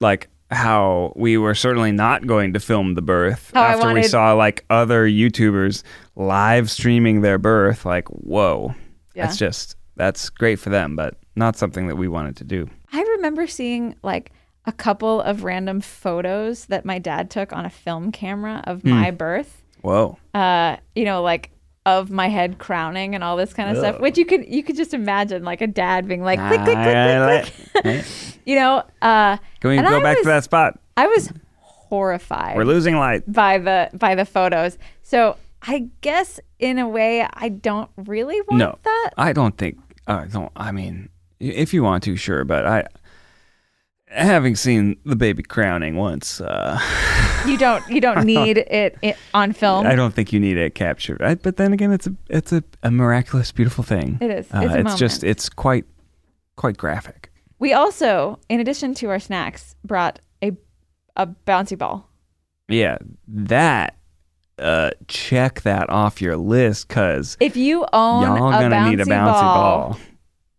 Speaker 2: like how we were certainly not going to film the birth
Speaker 3: How I
Speaker 2: after we
Speaker 3: wanted-
Speaker 2: saw like other YouTubers live streaming their birth. Like, whoa, that's just that's great for them, but not something that we wanted to do.
Speaker 3: I remember seeing like a couple of random photos that my dad took on a film camera of
Speaker 2: Hmm.
Speaker 3: my birth.
Speaker 2: Whoa.
Speaker 3: uh, you know, like of my head crowning and all this kind of stuff, which you could you could just imagine like a dad being like, click, click, click, click, click. you know, uh,
Speaker 2: Can we
Speaker 3: [LAUGHS] and
Speaker 2: go
Speaker 3: I
Speaker 2: back
Speaker 3: was,
Speaker 2: to that spot?
Speaker 3: I was horrified
Speaker 2: We're losing light.
Speaker 3: by the by the photos. So I guess in a way, I don't really want
Speaker 2: No,
Speaker 3: that.
Speaker 2: I don't think. I don't. I mean, if you want to, sure, but I. having seen the baby crowning once, uh,
Speaker 3: You don't
Speaker 2: [LAUGHS]
Speaker 3: you don't need it, it on film.
Speaker 2: I don't think you need it captured. I, but then again, it's a it's a, a miraculous, beautiful thing.
Speaker 3: It is.
Speaker 2: Uh,
Speaker 3: It's a
Speaker 2: just
Speaker 3: moment.
Speaker 2: it's quite quite graphic.
Speaker 3: We also, in addition to our snacks, brought a a bouncy ball.
Speaker 2: Yeah, that uh, check that off your list because
Speaker 3: If you own
Speaker 2: y'all
Speaker 3: a
Speaker 2: gonna
Speaker 3: bouncy,
Speaker 2: need a bouncy
Speaker 3: ball,
Speaker 2: ball.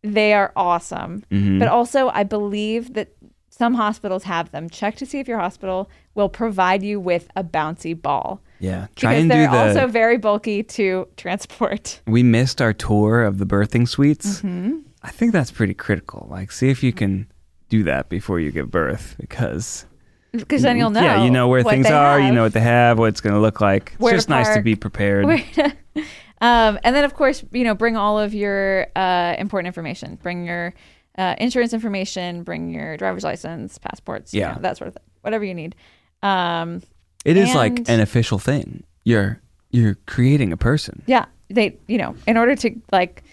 Speaker 3: they are awesome.
Speaker 2: Mhm.
Speaker 3: But also, I believe that some hospitals have them. Check to see if your hospital will provide you with a bouncy ball
Speaker 2: Yeah, try
Speaker 3: because
Speaker 2: and do
Speaker 3: they're
Speaker 2: the.
Speaker 3: also very bulky to transport. [LAUGHS]
Speaker 2: we missed our tour of the birthing suites.
Speaker 3: Mm-hmm.
Speaker 2: I think that's pretty critical. Like, see if you can do that before you give birth because
Speaker 3: Because then you'll know.
Speaker 2: Mm, Yeah, you know where
Speaker 3: what
Speaker 2: things
Speaker 3: they
Speaker 2: are. You
Speaker 3: have.
Speaker 2: know what they have. What it's going to look like. It's
Speaker 3: Where to
Speaker 2: just nice to
Speaker 3: park.
Speaker 2: be prepared.
Speaker 3: [LAUGHS] um, and then, of course, you know, bring all of your uh, important information. Bring your uh, insurance information. Bring your driver's license, passports. you
Speaker 2: Yeah.
Speaker 3: know, that sort of thing. Whatever you need. Um,
Speaker 2: It is like
Speaker 3: And-
Speaker 2: an official thing. You're you're creating a person.
Speaker 3: yeah, they. You know, in order to like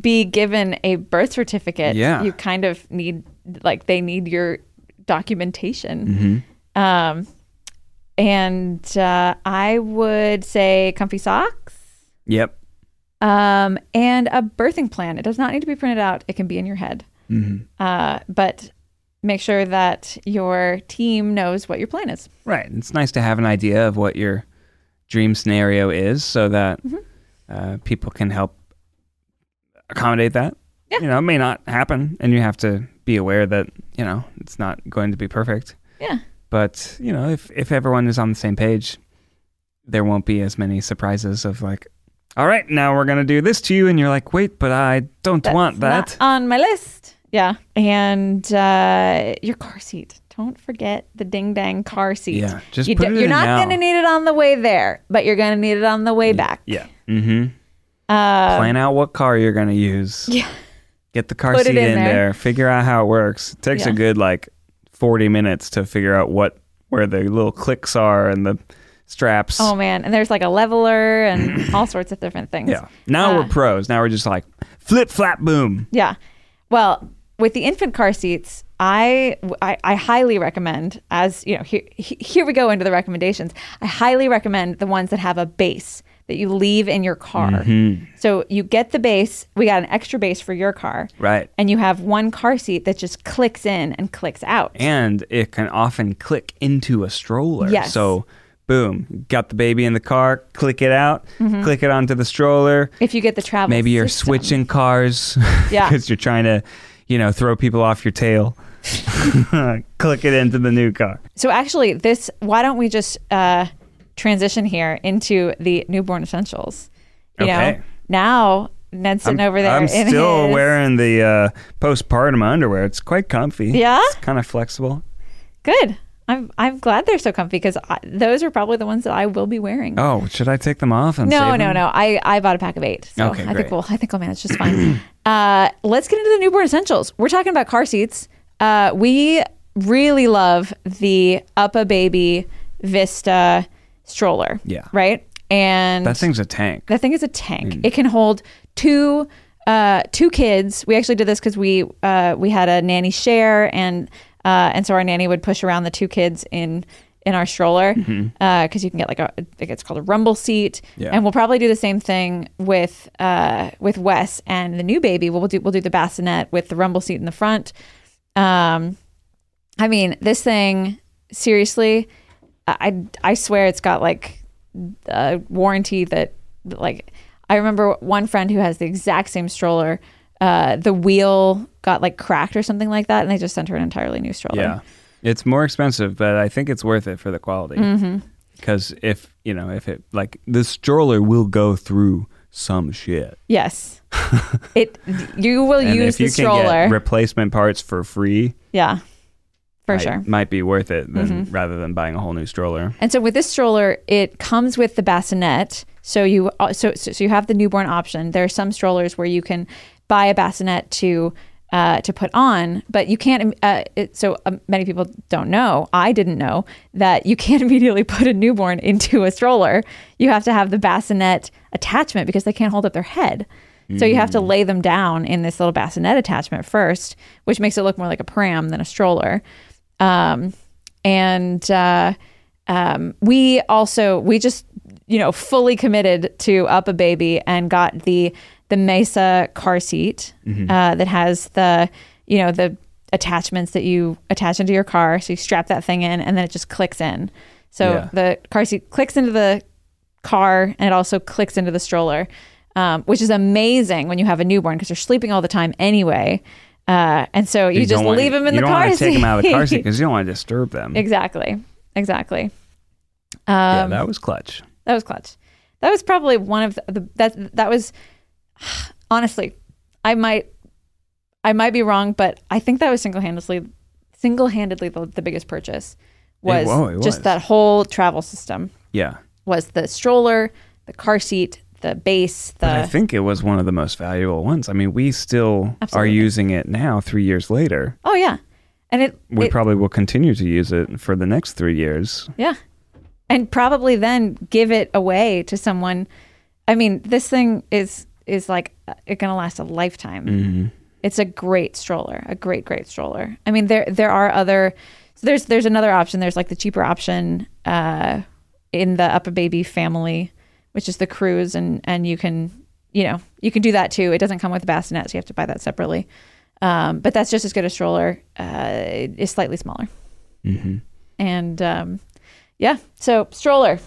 Speaker 3: be given a birth certificate,
Speaker 2: Yeah.
Speaker 3: you kind of need like they need your
Speaker 2: Mm-hmm.
Speaker 3: documentation.
Speaker 2: Mm.
Speaker 3: Um, and uh, I would say comfy socks.
Speaker 2: Yep.
Speaker 3: um, and a birthing plan. It does not need to be printed out, it can be in your head.
Speaker 2: Mm-hmm.
Speaker 3: Uh, but make sure that your team knows what your plan is.
Speaker 2: Right. It's nice to have an idea of what your dream scenario is, so that
Speaker 3: Mm-hmm.
Speaker 2: uh, people can help accommodate that.
Speaker 3: Yeah.
Speaker 2: You know, it may not happen, and you have to be aware that you know it's not going to be perfect.
Speaker 3: Yeah.
Speaker 2: But you know, if if everyone is on the same page, there won't be as many surprises of like, all right, now we're gonna do this to you, and you're like, wait, but I don't want
Speaker 3: That's
Speaker 2: that.
Speaker 3: not on my list. Yeah. And uh, your car seat. Don't forget the ding dang car seat.
Speaker 2: Yeah, just
Speaker 3: you
Speaker 2: put it
Speaker 3: you're
Speaker 2: in
Speaker 3: not
Speaker 2: now.
Speaker 3: going to need it on the way there, but you're going to need it on the way back.
Speaker 2: yeah. Mm-hmm.
Speaker 3: Uh,
Speaker 2: Plan out what car you're gonna use.
Speaker 3: [LAUGHS] Yeah.
Speaker 2: Get the car
Speaker 3: Put it
Speaker 2: seat in,
Speaker 3: in
Speaker 2: there.
Speaker 3: there.
Speaker 2: Figure out how it works. It takes a
Speaker 3: Yeah.
Speaker 2: good like forty minutes to figure out what where the little clicks are and the straps.
Speaker 3: oh, man. And there's like a
Speaker 2: [CLEARS THROAT]
Speaker 3: leveler and all sorts of different things.
Speaker 2: yeah. Now we're pros. Now we're just like flip flap boom.
Speaker 3: Yeah. Well, with the infant car seats, I, I, I highly recommend, as you know, here, he- here we go into the recommendations. I highly recommend the ones that have a base that you leave in your car.
Speaker 2: Mm-hmm.
Speaker 3: So you get the base, we got an extra base for your car.
Speaker 2: Right.
Speaker 3: And you have one car seat that just clicks in and clicks out.
Speaker 2: and it can often click into a stroller.
Speaker 3: Yes.
Speaker 2: So, boom, got the baby in the car, click it out,
Speaker 3: Mm-hmm.
Speaker 2: click it onto the stroller.
Speaker 3: if you get the travel,
Speaker 2: Maybe you're
Speaker 3: system.
Speaker 2: switching cars [LAUGHS]
Speaker 3: Yeah.
Speaker 2: because you're trying to, you know, throw people off your
Speaker 3: [LAUGHS]
Speaker 2: tail. [LAUGHS] click it into the new car.
Speaker 3: So actually, this why don't we just uh, transition here into the newborn essentials? You
Speaker 2: Okay.
Speaker 3: know, now Ned's sitting over there.
Speaker 2: I'm
Speaker 3: in
Speaker 2: still
Speaker 3: his-
Speaker 2: wearing the uh, postpartum underwear. It's quite comfy.
Speaker 3: Yeah?
Speaker 2: It's kind of flexible.
Speaker 3: Good. I'm I'm glad they're so comfy because those are probably the ones that I will be wearing.
Speaker 2: Oh, should I take them off? And
Speaker 3: no,
Speaker 2: save
Speaker 3: no,
Speaker 2: them?
Speaker 3: no. I I bought a pack of eight. So
Speaker 2: Okay,
Speaker 3: I
Speaker 2: great.
Speaker 3: think we'll I think I'll manage just fine. [CLEARS THROAT] uh, let's get into the newborn essentials. We're talking about car seats. Uh, we really love the Uppa Baby Vista stroller.
Speaker 2: Yeah.
Speaker 3: Right. And
Speaker 2: That thing's a tank.
Speaker 3: that thing is a tank. It can hold two uh, two kids. We actually did this because we uh, we had a nanny share, and uh, and so our nanny would push around the two kids in in our stroller because you can get like a I think it's called a rumble seat,
Speaker 2: Yeah.
Speaker 3: and we'll probably do the same thing with uh, with Wes and the new baby. We'll do we'll do the bassinet with the rumble seat in the front. Um, I mean, this thing seriously, I I I swear it's got like a warranty that like I remember one friend who has the exact same stroller. Uh, the wheel got like cracked or something like that, and they just sent her an entirely new stroller.
Speaker 2: Yeah. It's more expensive, but I think it's worth it for the quality.
Speaker 3: Mm-hmm.
Speaker 2: Because if, you know, if it, like, the stroller will go through some shit. [LAUGHS]
Speaker 3: Yes. it. You will
Speaker 2: and
Speaker 3: use
Speaker 2: if you
Speaker 3: the stroller.
Speaker 2: can get replacement parts for free,
Speaker 3: yeah. For
Speaker 2: might,
Speaker 3: sure. Mm-hmm.
Speaker 2: might be worth it than, rather than buying a whole new stroller.
Speaker 3: And so with this stroller, it comes with the bassinet. So you uh, so so so you have the newborn option. There are some strollers where you can buy a bassinet to uh, to put on, but you can't. Uh, it, so um, many people don't know. I didn't know that you [LAUGHS] can't immediately put a newborn into a stroller. You have to have the bassinet attachment because they can't hold up their head. So you have to lay them down in this little bassinet attachment first, which makes it look more like a pram than a stroller. Um, and uh, um, we also we just you know fully committed to up a baby and got the the Mesa car seat
Speaker 2: Mm-hmm.
Speaker 3: uh, that has the you know the attachments that you attach into your car. So you strap that thing in, and then it just clicks in. So
Speaker 2: Yeah.
Speaker 3: the car seat clicks into the car, and it also clicks into the stroller, um, which is amazing when you have a newborn because you're sleeping all the time anyway. Uh, and so you, just
Speaker 2: don't wanna-
Speaker 3: leave them in
Speaker 2: you
Speaker 3: the
Speaker 2: don't
Speaker 3: car
Speaker 2: wanna
Speaker 3: seat.
Speaker 2: take them out of the
Speaker 3: [LAUGHS]
Speaker 2: car seat because you don't want to disturb them.
Speaker 3: exactly, exactly. Um,
Speaker 2: yeah, that was clutch.
Speaker 3: That was clutch. That was probably one of the, the that that was [SIGHS] honestly, I might I might be wrong, but I think that was single handedly single handedly the, the biggest purchase was
Speaker 2: wa- it was.
Speaker 3: just that whole travel system
Speaker 2: Yeah.
Speaker 3: was the stroller, the car seat, the base, the
Speaker 2: But I think it was one of the most valuable ones. I mean, we still
Speaker 3: Absolutely.
Speaker 2: are using it now, three years later.
Speaker 3: oh yeah, and it,
Speaker 2: We
Speaker 3: it-
Speaker 2: probably will continue to use it for the next three years.
Speaker 3: Yeah. And probably then give it away to someone. I mean, this thing is is like uh, it's going to last a lifetime. It's a great stroller, a great great stroller. I mean, there there are other so there's there's another option. There's like the cheaper option uh in the Upper Baby family, which is the cruise and and you can, you know, you can do that too. It doesn't come with a bassinet, so you have to buy that separately. Um, but that's just as good a stroller. Uh, it is slightly smaller and um, yeah so stroller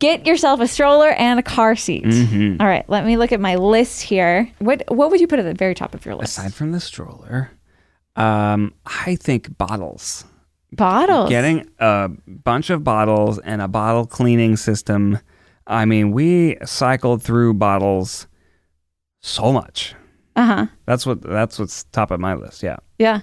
Speaker 3: get yourself a stroller and a car seat
Speaker 2: Mm-hmm.
Speaker 3: All right let me look at my list here what what would you put at the very top of your list
Speaker 2: Aside from the stroller, um, I think bottles.
Speaker 3: bottles
Speaker 2: Getting a bunch of bottles and a bottle cleaning system. I mean, we cycled through bottles so much.
Speaker 3: uh-huh
Speaker 2: That's what that's what's top of my list. Yeah.
Speaker 3: yeah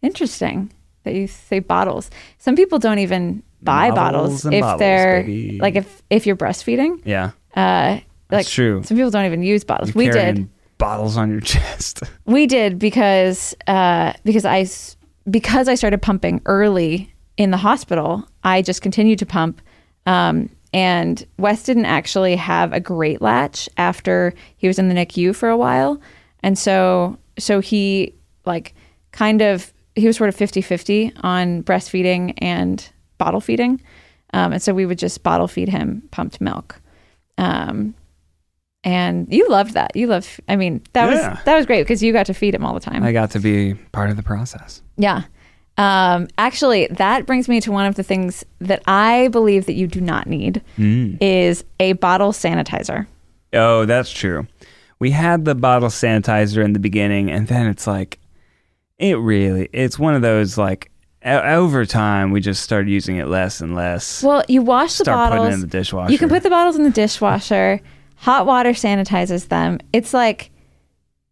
Speaker 3: interesting that you say bottles some people don't even buy
Speaker 2: Bottles
Speaker 3: bottles
Speaker 2: and
Speaker 3: if
Speaker 2: bottles,
Speaker 3: they're
Speaker 2: baby.
Speaker 3: like if if you're breastfeeding
Speaker 2: Yeah.
Speaker 3: uh like
Speaker 2: true.
Speaker 3: some people don't even use bottles we
Speaker 2: Carrying
Speaker 3: did
Speaker 2: bottles on your [LAUGHS] chest.
Speaker 3: We did because uh, because I s- because I started pumping early in the hospital. I just continued to pump, um, and Wes didn't actually have a great latch after he was in the NICU for a while, and so so he like kind of he was sort of 50-50 on breastfeeding and bottle feeding, um, and so we would just bottle feed him pumped milk. Um, and you loved that. You loved. I mean, that
Speaker 2: Yeah.
Speaker 3: was that was great because you got to feed him all the time.
Speaker 2: I got to be part of the process.
Speaker 3: yeah. Um, actually, that brings me to one of the things that I believe that you do not need is a bottle sanitizer.
Speaker 2: Oh, that's true. We had the bottle sanitizer in the beginning, and then it's like, it really, it's one of those like, o- over time, we just started using it less and less.
Speaker 3: Well, you wash the
Speaker 2: Start putting it
Speaker 3: bottles
Speaker 2: in the dishwasher.
Speaker 3: You can put the bottles in the dishwasher. Hot water sanitizes them. It's like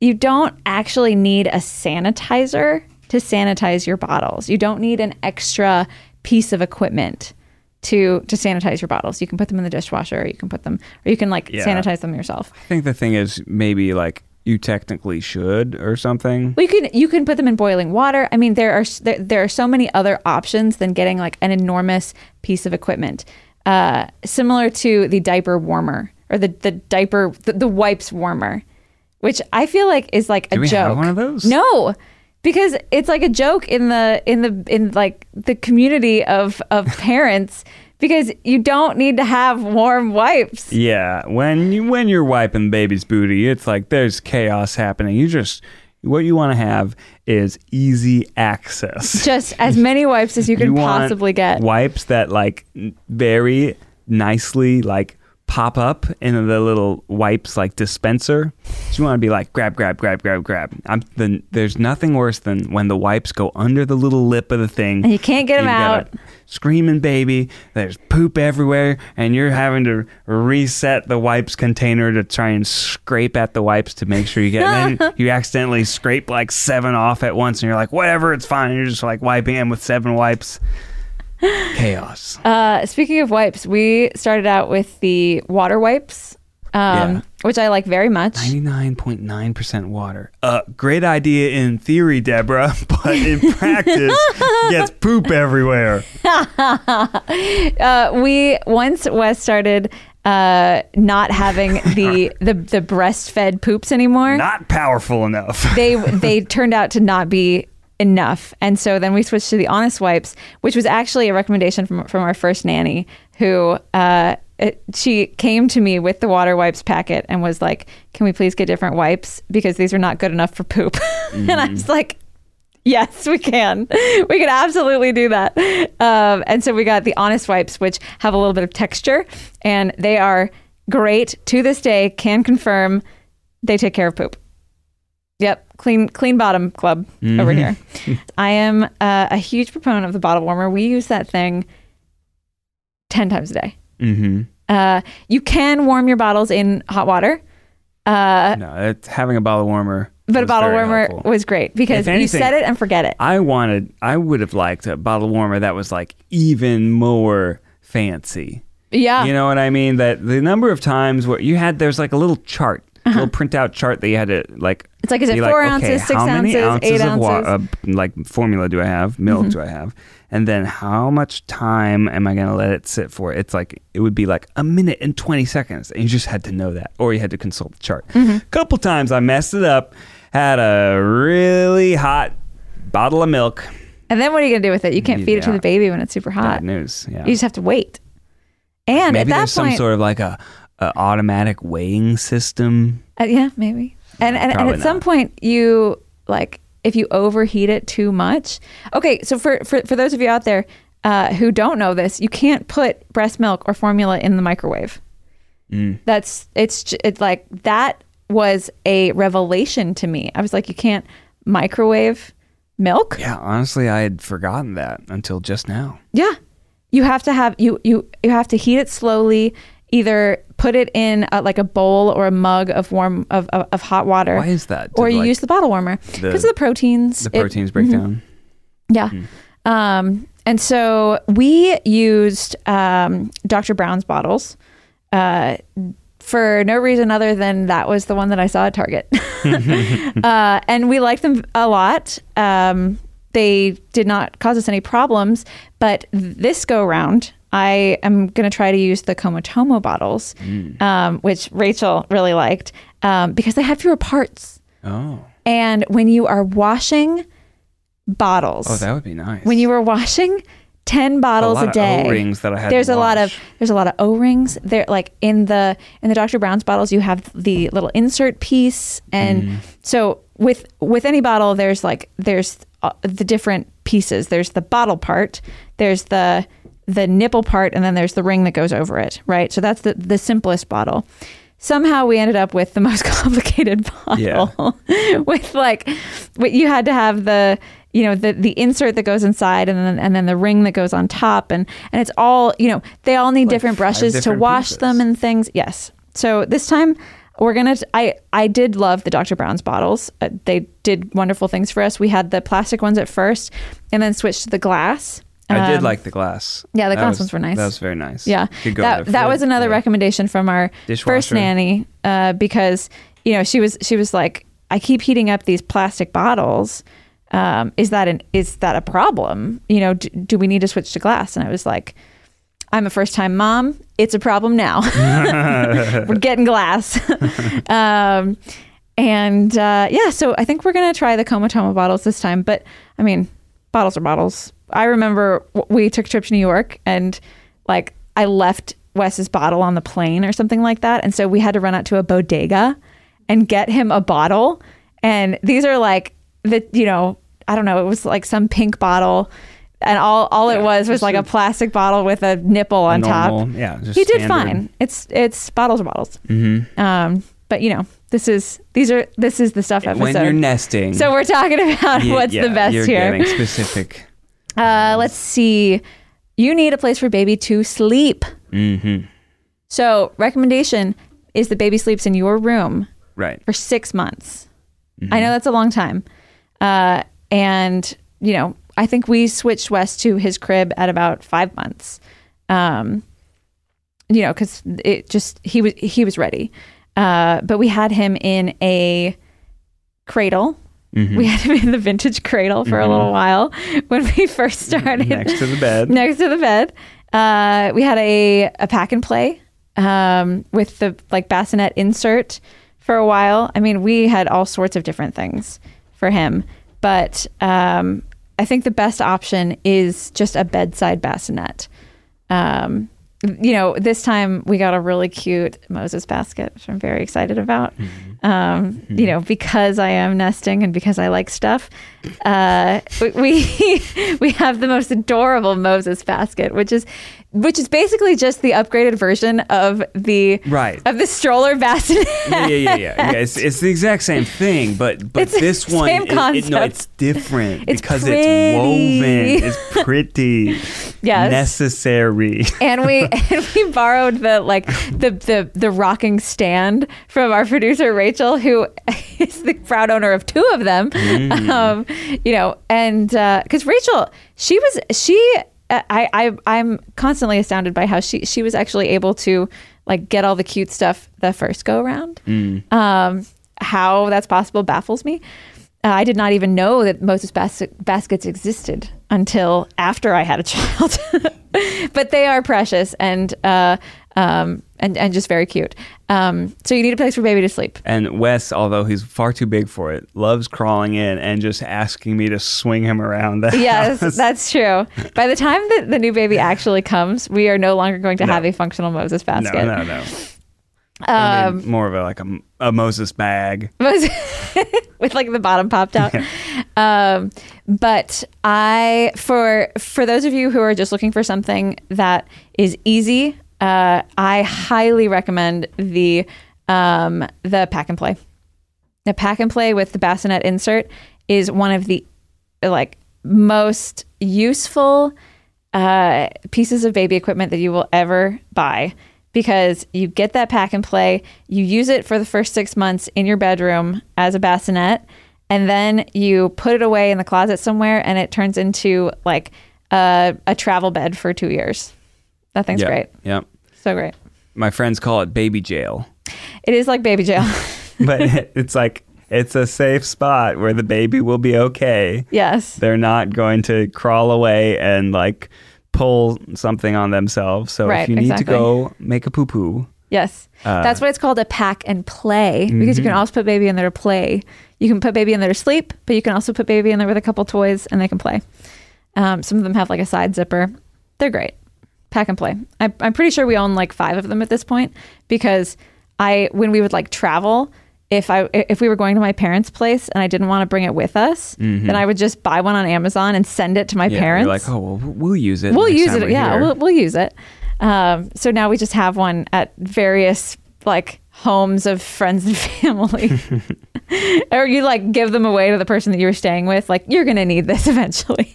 Speaker 3: you don't actually need a sanitizer to sanitize your bottles. You don't need an extra piece of equipment to to sanitize your bottles. You can put them in the dishwasher. Or you can put them, or you can like
Speaker 2: Yeah.
Speaker 3: sanitize them yourself.
Speaker 2: I think the thing is, maybe like, you technically should or something.
Speaker 3: Well, you can you can put them in boiling water. I mean, there are s- there, there are so many other options than getting like an enormous piece of equipment, uh, similar to the diaper warmer or the the diaper the, the wipes warmer, which I feel like is like a
Speaker 2: Do we
Speaker 3: joke.
Speaker 2: have one of those?
Speaker 3: No. Because it's like a joke in the in the in like the community of of [LAUGHS] parents because you don't need to have warm wipes.
Speaker 2: Yeah, when you when you're wiping baby's booty, it's like there's chaos happening. You just what you want to have is easy access.
Speaker 3: Just as many wipes as you can
Speaker 2: you want
Speaker 3: possibly get.
Speaker 2: wipes that like n- very nicely like pop up in the little wipes like dispenser. So you want to be like grab, grab, grab, grab, grab. I'm the, there's nothing worse than when the wipes go under the little lip of the thing
Speaker 3: And you can't get 'em
Speaker 2: You've got
Speaker 3: out.
Speaker 2: a Screaming baby, there's poop everywhere, and you're having to reset the wipes container to try and scrape at the wipes to make sure you get. and
Speaker 3: [LAUGHS]
Speaker 2: then you accidentally scrape like seven off at once, and you're like, whatever, it's fine. You're just like wiping him with seven
Speaker 3: [SIGHS]
Speaker 2: wipes. Chaos.
Speaker 3: Uh, speaking of wipes, we started out with the water wipes, um,
Speaker 2: Yeah.
Speaker 3: which I like very much. [LAUGHS]
Speaker 2: 99.9% water. Uh, great idea in theory, Deborah, [LAUGHS] but in
Speaker 3: [LAUGHS]
Speaker 2: practice, gets poop everywhere.
Speaker 3: Uh, we once Wes started uh, not having the, the the breastfed poops anymore.
Speaker 2: Not powerful enough. [LAUGHS]
Speaker 3: they they turned out to not be enough and so then we switched to the honest wipes which was actually a recommendation from from our first nanny who uh it- she came to me with the water wipes packet and was like can we please get different wipes because these are not good enough for poop [LAUGHS] and i was like Yes, we can. We can absolutely do that. Um, and so we got the Honest Wipes, which have a little bit of texture, and they are great to this day. Can confirm they take care of poop. Yep, clean clean bottom club over here.
Speaker 2: Mm-hmm. [LAUGHS]
Speaker 3: I am uh, a huge proponent of the bottle warmer. We use that thing ten times a day.
Speaker 2: mm-hmm.
Speaker 3: Uh, you can warm your bottles in hot water, uh,
Speaker 2: No, it's, having a bottle warmer.
Speaker 3: but a
Speaker 2: was
Speaker 3: bottle
Speaker 2: very
Speaker 3: warmer
Speaker 2: helpful.
Speaker 3: was great because
Speaker 2: If
Speaker 3: you
Speaker 2: anything-
Speaker 3: set it and forget it.
Speaker 2: I wanted. I would have liked a bottle warmer that was like even more fancy.
Speaker 3: Yeah,
Speaker 2: You know what I mean? That the number of times where you had there's like a little chart, a little printout chart that you had to like.
Speaker 3: Uh-huh. It's like, is it
Speaker 2: be
Speaker 3: four
Speaker 2: okay,
Speaker 3: ounces, six
Speaker 2: how many
Speaker 3: ounces, eight
Speaker 2: of wa-
Speaker 3: ounces? Mm-hmm.
Speaker 2: uh, like formula do I have? Milk do I have? And then how much time am I going to let it sit for? It's like it would be like a minute and twenty seconds, and you just had to know that, or you had to consult the chart.
Speaker 3: Mm-hmm.
Speaker 2: couple times I messed it up. Had a really hot bottle of milk.
Speaker 3: and then what are you gonna do with it? You can't feed it to
Speaker 2: Yeah.
Speaker 3: the baby when it's super hot.
Speaker 2: Bad news. Yeah.
Speaker 3: You just have to wait. And
Speaker 2: Maybe
Speaker 3: at that
Speaker 2: there's
Speaker 3: point,
Speaker 2: some sort of like a, a automatic weighing system.
Speaker 3: Uh, yeah, maybe. And and, and
Speaker 2: probably
Speaker 3: at some
Speaker 2: not.
Speaker 3: point you like if you overheat it too much. Okay, so for for, for those of you out there uh, who don't know this, you can't put breast milk or formula in the microwave.
Speaker 2: Mm.
Speaker 3: That's it's j- it's like that was a revelation to me. I was like, you can't microwave milk.
Speaker 2: Yeah, honestly, I had forgotten that until just now.
Speaker 3: Yeah. You have to have you you you have to heat it slowly. Either put it in a, like a bowl or a mug of warm of, of, of hot water.
Speaker 2: Why is that?
Speaker 3: Or
Speaker 2: Did,
Speaker 3: you
Speaker 2: like,
Speaker 3: use the bottle warmer
Speaker 2: the-
Speaker 3: because of the proteins.
Speaker 2: The Mm-hmm.
Speaker 3: It- Mm-hmm.
Speaker 2: proteins break down.
Speaker 3: yeah. Um, and so we used um, Dr. Brown's bottles uh, for no reason other than that was the one that I saw
Speaker 2: [LAUGHS]
Speaker 3: at Target. [LAUGHS] uh, and we liked them a lot. Um, they did not cause us any problems, but this go round, I am going to try to use the Komotomo bottles,
Speaker 2: Mm.
Speaker 3: um, which Rachel really liked um, because they had fewer parts.
Speaker 2: Oh,
Speaker 3: And when you are washing bottles,
Speaker 2: oh, that would be nice.
Speaker 3: when you were washing 10 bottles a,
Speaker 2: lot of
Speaker 3: day
Speaker 2: O-rings that I had to
Speaker 3: there's a lot of
Speaker 2: wash.
Speaker 3: there's a lot of o-rings there like in the in the dr brown's bottles you have the little insert piece and
Speaker 2: Mm.
Speaker 3: so with with any bottle there's like there's uh, the different pieces there's the bottle part there's the the nipple part and then there's the ring that goes over it right so that's the the simplest bottle somehow we ended up with the most [LAUGHS] complicated bottle
Speaker 2: Yeah.
Speaker 3: [LAUGHS] with like what you had to have the you know the the insert that goes inside and then and then the ring that goes on top and and it's all you know they all need different
Speaker 2: five
Speaker 3: brushes
Speaker 2: different
Speaker 3: to wash
Speaker 2: pieces.
Speaker 3: them and things yes so this time we're gonna i i did love the dr brown's bottles uh, they did wonderful things for us we had the plastic ones at first and then switched to the glass
Speaker 2: I did
Speaker 3: Um,
Speaker 2: like the glass.
Speaker 3: yeah, the
Speaker 2: That
Speaker 3: glass
Speaker 2: was-
Speaker 3: ones were nice.
Speaker 2: That was very nice.
Speaker 3: yeah,
Speaker 2: Could go
Speaker 3: that
Speaker 2: to
Speaker 3: that
Speaker 2: food,
Speaker 3: was another
Speaker 2: yeah.
Speaker 3: recommendation from our first
Speaker 2: Dishwasher.
Speaker 3: nanny uh, because you know she was she was like, I keep heating up these plastic bottles. Um, is that an is that a problem? You know, do, do we need to switch to glass? And I was like, I'm a first time mom. It's a problem now. [LAUGHS] we're getting [LAUGHS] glass. um, and uh, yeah, so I think we're gonna try the Komatoma bottles this time. But I mean, bottles are bottles. I remember w- we took a trip to New York, and like I left Wes's bottle on the plane or something like that, and so we had to run out to a bodega and get him a bottle. And these are like the you know I don't know it was like some pink bottle, and all all it was was like a plastic bottle with a nipple on top.
Speaker 2: normal- yeah, just
Speaker 3: he did
Speaker 2: standard. Mm-hmm.
Speaker 3: fine. It's it's bottles are bottles. Um, but you know this is these are this is the stuff episode.
Speaker 2: When you're nesting.
Speaker 3: so [LAUGHS] we're talking about
Speaker 2: you-
Speaker 3: what's
Speaker 2: yeah,
Speaker 3: the best
Speaker 2: you're
Speaker 3: here.
Speaker 2: Getting specific.
Speaker 3: Uh, let's see. You need a place for baby to sleep. Mm-hmm. So recommendation is the baby sleeps in your room [LAUGHS]
Speaker 2: Right.
Speaker 3: for six months. I know that's a long time. Uh, and, you know, I think we switched West to his crib at about five months. Um, you know, because it just he was he was ready. Uh, but we had him in a cradle. We had him in the vintage cradle for a little while when we first started
Speaker 2: Next to the bed.
Speaker 3: next to the bed. Uh, we had a, a pack and play um, with the like bassinet insert for a while. I mean, we had all sorts of different things for him, but um, I think the best option is just a bedside bassinet. Um, you know, this time we got a really cute Moses basket, which I'm very excited about. Um, You know, because I am nesting and because I like stuff, uh, we- we [LAUGHS] we have the most adorable Moses basket, which is which is basically just the upgraded version of the
Speaker 2: Right.
Speaker 3: of the stroller basket. [LAUGHS]
Speaker 2: yeah, yeah, yeah, yeah. yeah it's, it's the exact same thing, but but
Speaker 3: It's the
Speaker 2: this one,
Speaker 3: same
Speaker 2: it- it- no,
Speaker 3: concept.
Speaker 2: it's different
Speaker 3: It's
Speaker 2: because
Speaker 3: pretty.
Speaker 2: it's woven. It's pretty.
Speaker 3: Yes.
Speaker 2: Necessary.
Speaker 3: and we [LAUGHS] and we borrowed the like the the the rocking stand from our producer Rachel, who [LAUGHS] is the proud owner of two of them. Um, you know, and because Rachel, she was she. uh, I, I I'm constantly astounded by how she she was actually able to like get all the cute stuff the first go around. Um, how that's possible baffles me. Uh, I did not even know that Moses bas- baskets existed until after I had a [LAUGHS] child. but they are precious and uh, um, and and just very cute. Um, so you need a place for baby to sleep.
Speaker 2: And Wes, although he's far too big for it, loves crawling in and just asking me to swing him around.
Speaker 3: [LAUGHS]
Speaker 2: The
Speaker 3: Yes,
Speaker 2: house.
Speaker 3: that's true. By the time that the new baby actually comes, we are no longer going to have a functional Moses
Speaker 2: no,
Speaker 3: basket.
Speaker 2: no, no. I
Speaker 3: Um,
Speaker 2: mean, more of a like a, a Moses bag.
Speaker 3: [LAUGHS] Moses- with like the bottom popped out. Um, but I for for those of you who are just looking for something that is easy, uh, I highly recommend the um, the pack and play. The pack and play with the bassinet insert is one of the like most useful uh, pieces of baby equipment that you will ever buy because you get that pack and play, you use it for the first six months in your bedroom as a bassinet, and then you put it away in the closet somewhere, and it turns into like a, a travel bed for two years. That thing's
Speaker 2: yeah,
Speaker 3: great,
Speaker 2: Yeah.
Speaker 3: so great.
Speaker 2: My friends call it baby jail,
Speaker 3: It is like baby jail. [LAUGHS]
Speaker 2: but [LAUGHS] it's like it's a safe spot where the baby will be okay.
Speaker 3: yes,
Speaker 2: They're not going to crawl away and like pull something on themselves. So if
Speaker 3: Right,
Speaker 2: you need
Speaker 3: exactly.
Speaker 2: to go make a poo poo,
Speaker 3: yes.
Speaker 2: Uh,
Speaker 3: That's why it's called a pack and play because
Speaker 2: mm-hmm.
Speaker 3: you can also put baby in there to play. You can put baby in there to sleep, but you can also put baby in there with a couple toys and they can play. Um, some of them have like a side zipper. They're great. Pack and play. I, I'm pretty sure we own like five of them at this point because I, when we would like travel, if I if we were going to my parents' place and I didn't want to bring it with us, then I would just buy one on Amazon and send it to my
Speaker 2: Mm-hmm. yeah,
Speaker 3: parents
Speaker 2: you're like, oh, well, we'll use it.
Speaker 3: we'll
Speaker 2: next
Speaker 3: use
Speaker 2: time
Speaker 3: it.
Speaker 2: we're
Speaker 3: Yeah,
Speaker 2: here."
Speaker 3: we'll, we'll use it. Um, so now we just have one at various like homes of friends and
Speaker 2: [LAUGHS]
Speaker 3: [LAUGHS] family, or you like give them away to the person that you were staying with. Like you're gonna need this [LAUGHS] eventually.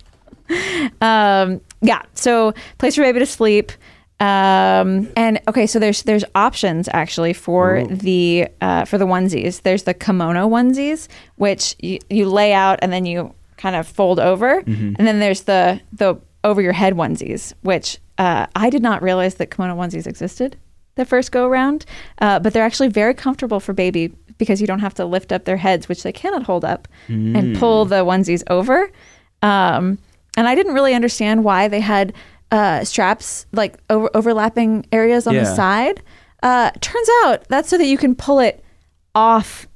Speaker 3: um, yeah. So place your baby to sleep. Um, and okay, so there's there's options actually for the uh, for the onesies. There's the kimono onesies, which you, you lay out and then you kind of fold over, and then there's the the over your head onesies, which uh, I did not realize that kimono onesies existed the first go around, uh, but they're actually very comfortable for baby because you don't have to lift up their heads, which they cannot hold up, and pull the onesies over. Um, and I didn't really understand why they had uh, straps like over- overlapping areas on the
Speaker 2: Yeah.
Speaker 3: side. Uh, turns out that's so that you can pull it off.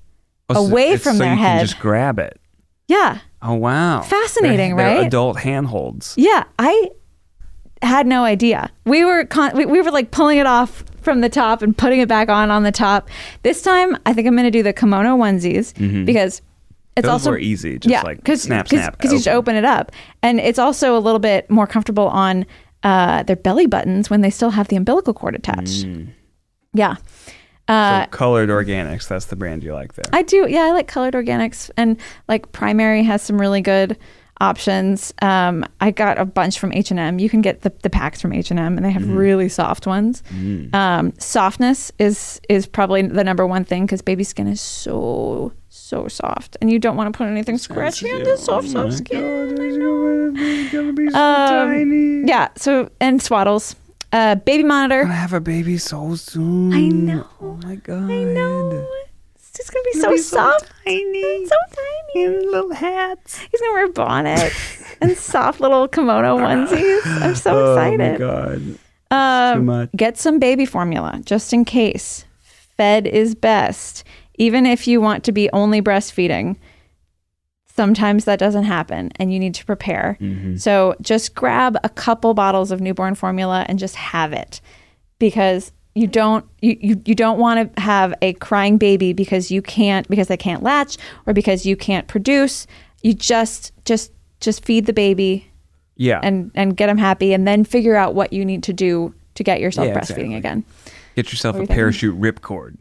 Speaker 2: Oh, so
Speaker 3: away
Speaker 2: it's
Speaker 3: from
Speaker 2: so
Speaker 3: their
Speaker 2: you
Speaker 3: head.
Speaker 2: Can just grab it.
Speaker 3: Yeah,
Speaker 2: Oh wow!
Speaker 3: Fascinating,
Speaker 2: They're- they're
Speaker 3: right?
Speaker 2: Adult handholds.
Speaker 3: yeah. I had no idea. We were con- we, we were like pulling it off from the top and putting it back on on the top. This time, I think I'm going to do the kimono onesies because it's
Speaker 2: Mm-hmm. Those
Speaker 3: also
Speaker 2: were easy. Just like snap, snap. oh.
Speaker 3: because you just open it up, and it's also a little bit more comfortable on uh, their belly buttons when they still have the umbilical cord attached.
Speaker 2: Mm.
Speaker 3: Yeah,
Speaker 2: So colored organics. That's the brand you like there.
Speaker 3: I do. Yeah, I like colored organics, and like Primary has some really good options. Um, I got a bunch from H and M. You can get the, the packs from H and M, and they have
Speaker 2: Mm.
Speaker 3: really soft ones. Um, softness is is probably the number one thing because baby skin is so so soft, and you don't want to put anything scratchy on this
Speaker 2: Oh
Speaker 3: soft soft skin. Uh, Um, yeah. So and swaddles, uh, baby monitor.
Speaker 2: I have a baby so soon.
Speaker 3: I know.
Speaker 2: Oh my god.
Speaker 3: I know. It's just gonna be so
Speaker 2: be so
Speaker 3: soft,
Speaker 2: tiny.
Speaker 3: so tiny.
Speaker 2: In little hats.
Speaker 3: He's gonna wear [LAUGHS] a bonnet and soft little kimono onesies. I'm so
Speaker 2: Oh my
Speaker 3: excited.
Speaker 2: god.
Speaker 3: Um,
Speaker 2: Too much.
Speaker 3: Get some baby formula just in case. Fed is best, even if you want to be only breastfeeding. Sometimes that doesn't happen and you need to prepare.
Speaker 2: Mm-hmm.
Speaker 3: So just grab a couple bottles of newborn formula and just have it because you don't you, you, you don't want to have a crying baby because you can't because they can't latch or because you can't produce. You just just just feed the baby
Speaker 2: Yeah.
Speaker 3: and and get them happy and then figure out what you need to do to get yourself
Speaker 2: Yeah, exactly.
Speaker 3: breastfeeding again.
Speaker 2: get yourself a parachute ripcord.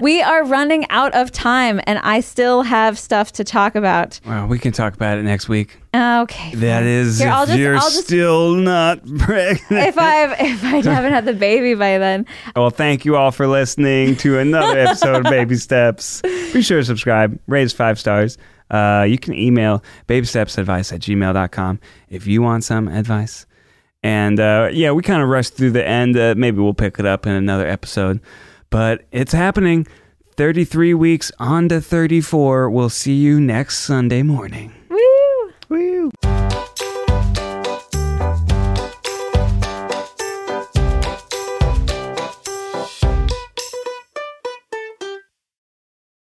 Speaker 3: We are running out of time and I still have stuff to talk about.
Speaker 2: Well, we can talk about it next week. [LAUGHS]
Speaker 3: Okay.
Speaker 2: That
Speaker 3: fine.
Speaker 2: is,
Speaker 3: Here,
Speaker 2: if
Speaker 3: I'll just-
Speaker 2: you're
Speaker 3: I'll just-
Speaker 2: still not [LAUGHS] pregnant.
Speaker 3: if I've if I haven't had the baby by then.
Speaker 2: Well, thank you all for listening to another episode of Baby Steps. Be sure to subscribe, raise five stars. Uh, you can email babystepsadvice at gmail.com if you want some advice. And uh, yeah, we kind of rushed through the end. Uh, maybe we'll pick it up in another episode. But it's happening 33 weeks on to 34. We'll see you next Sunday morning.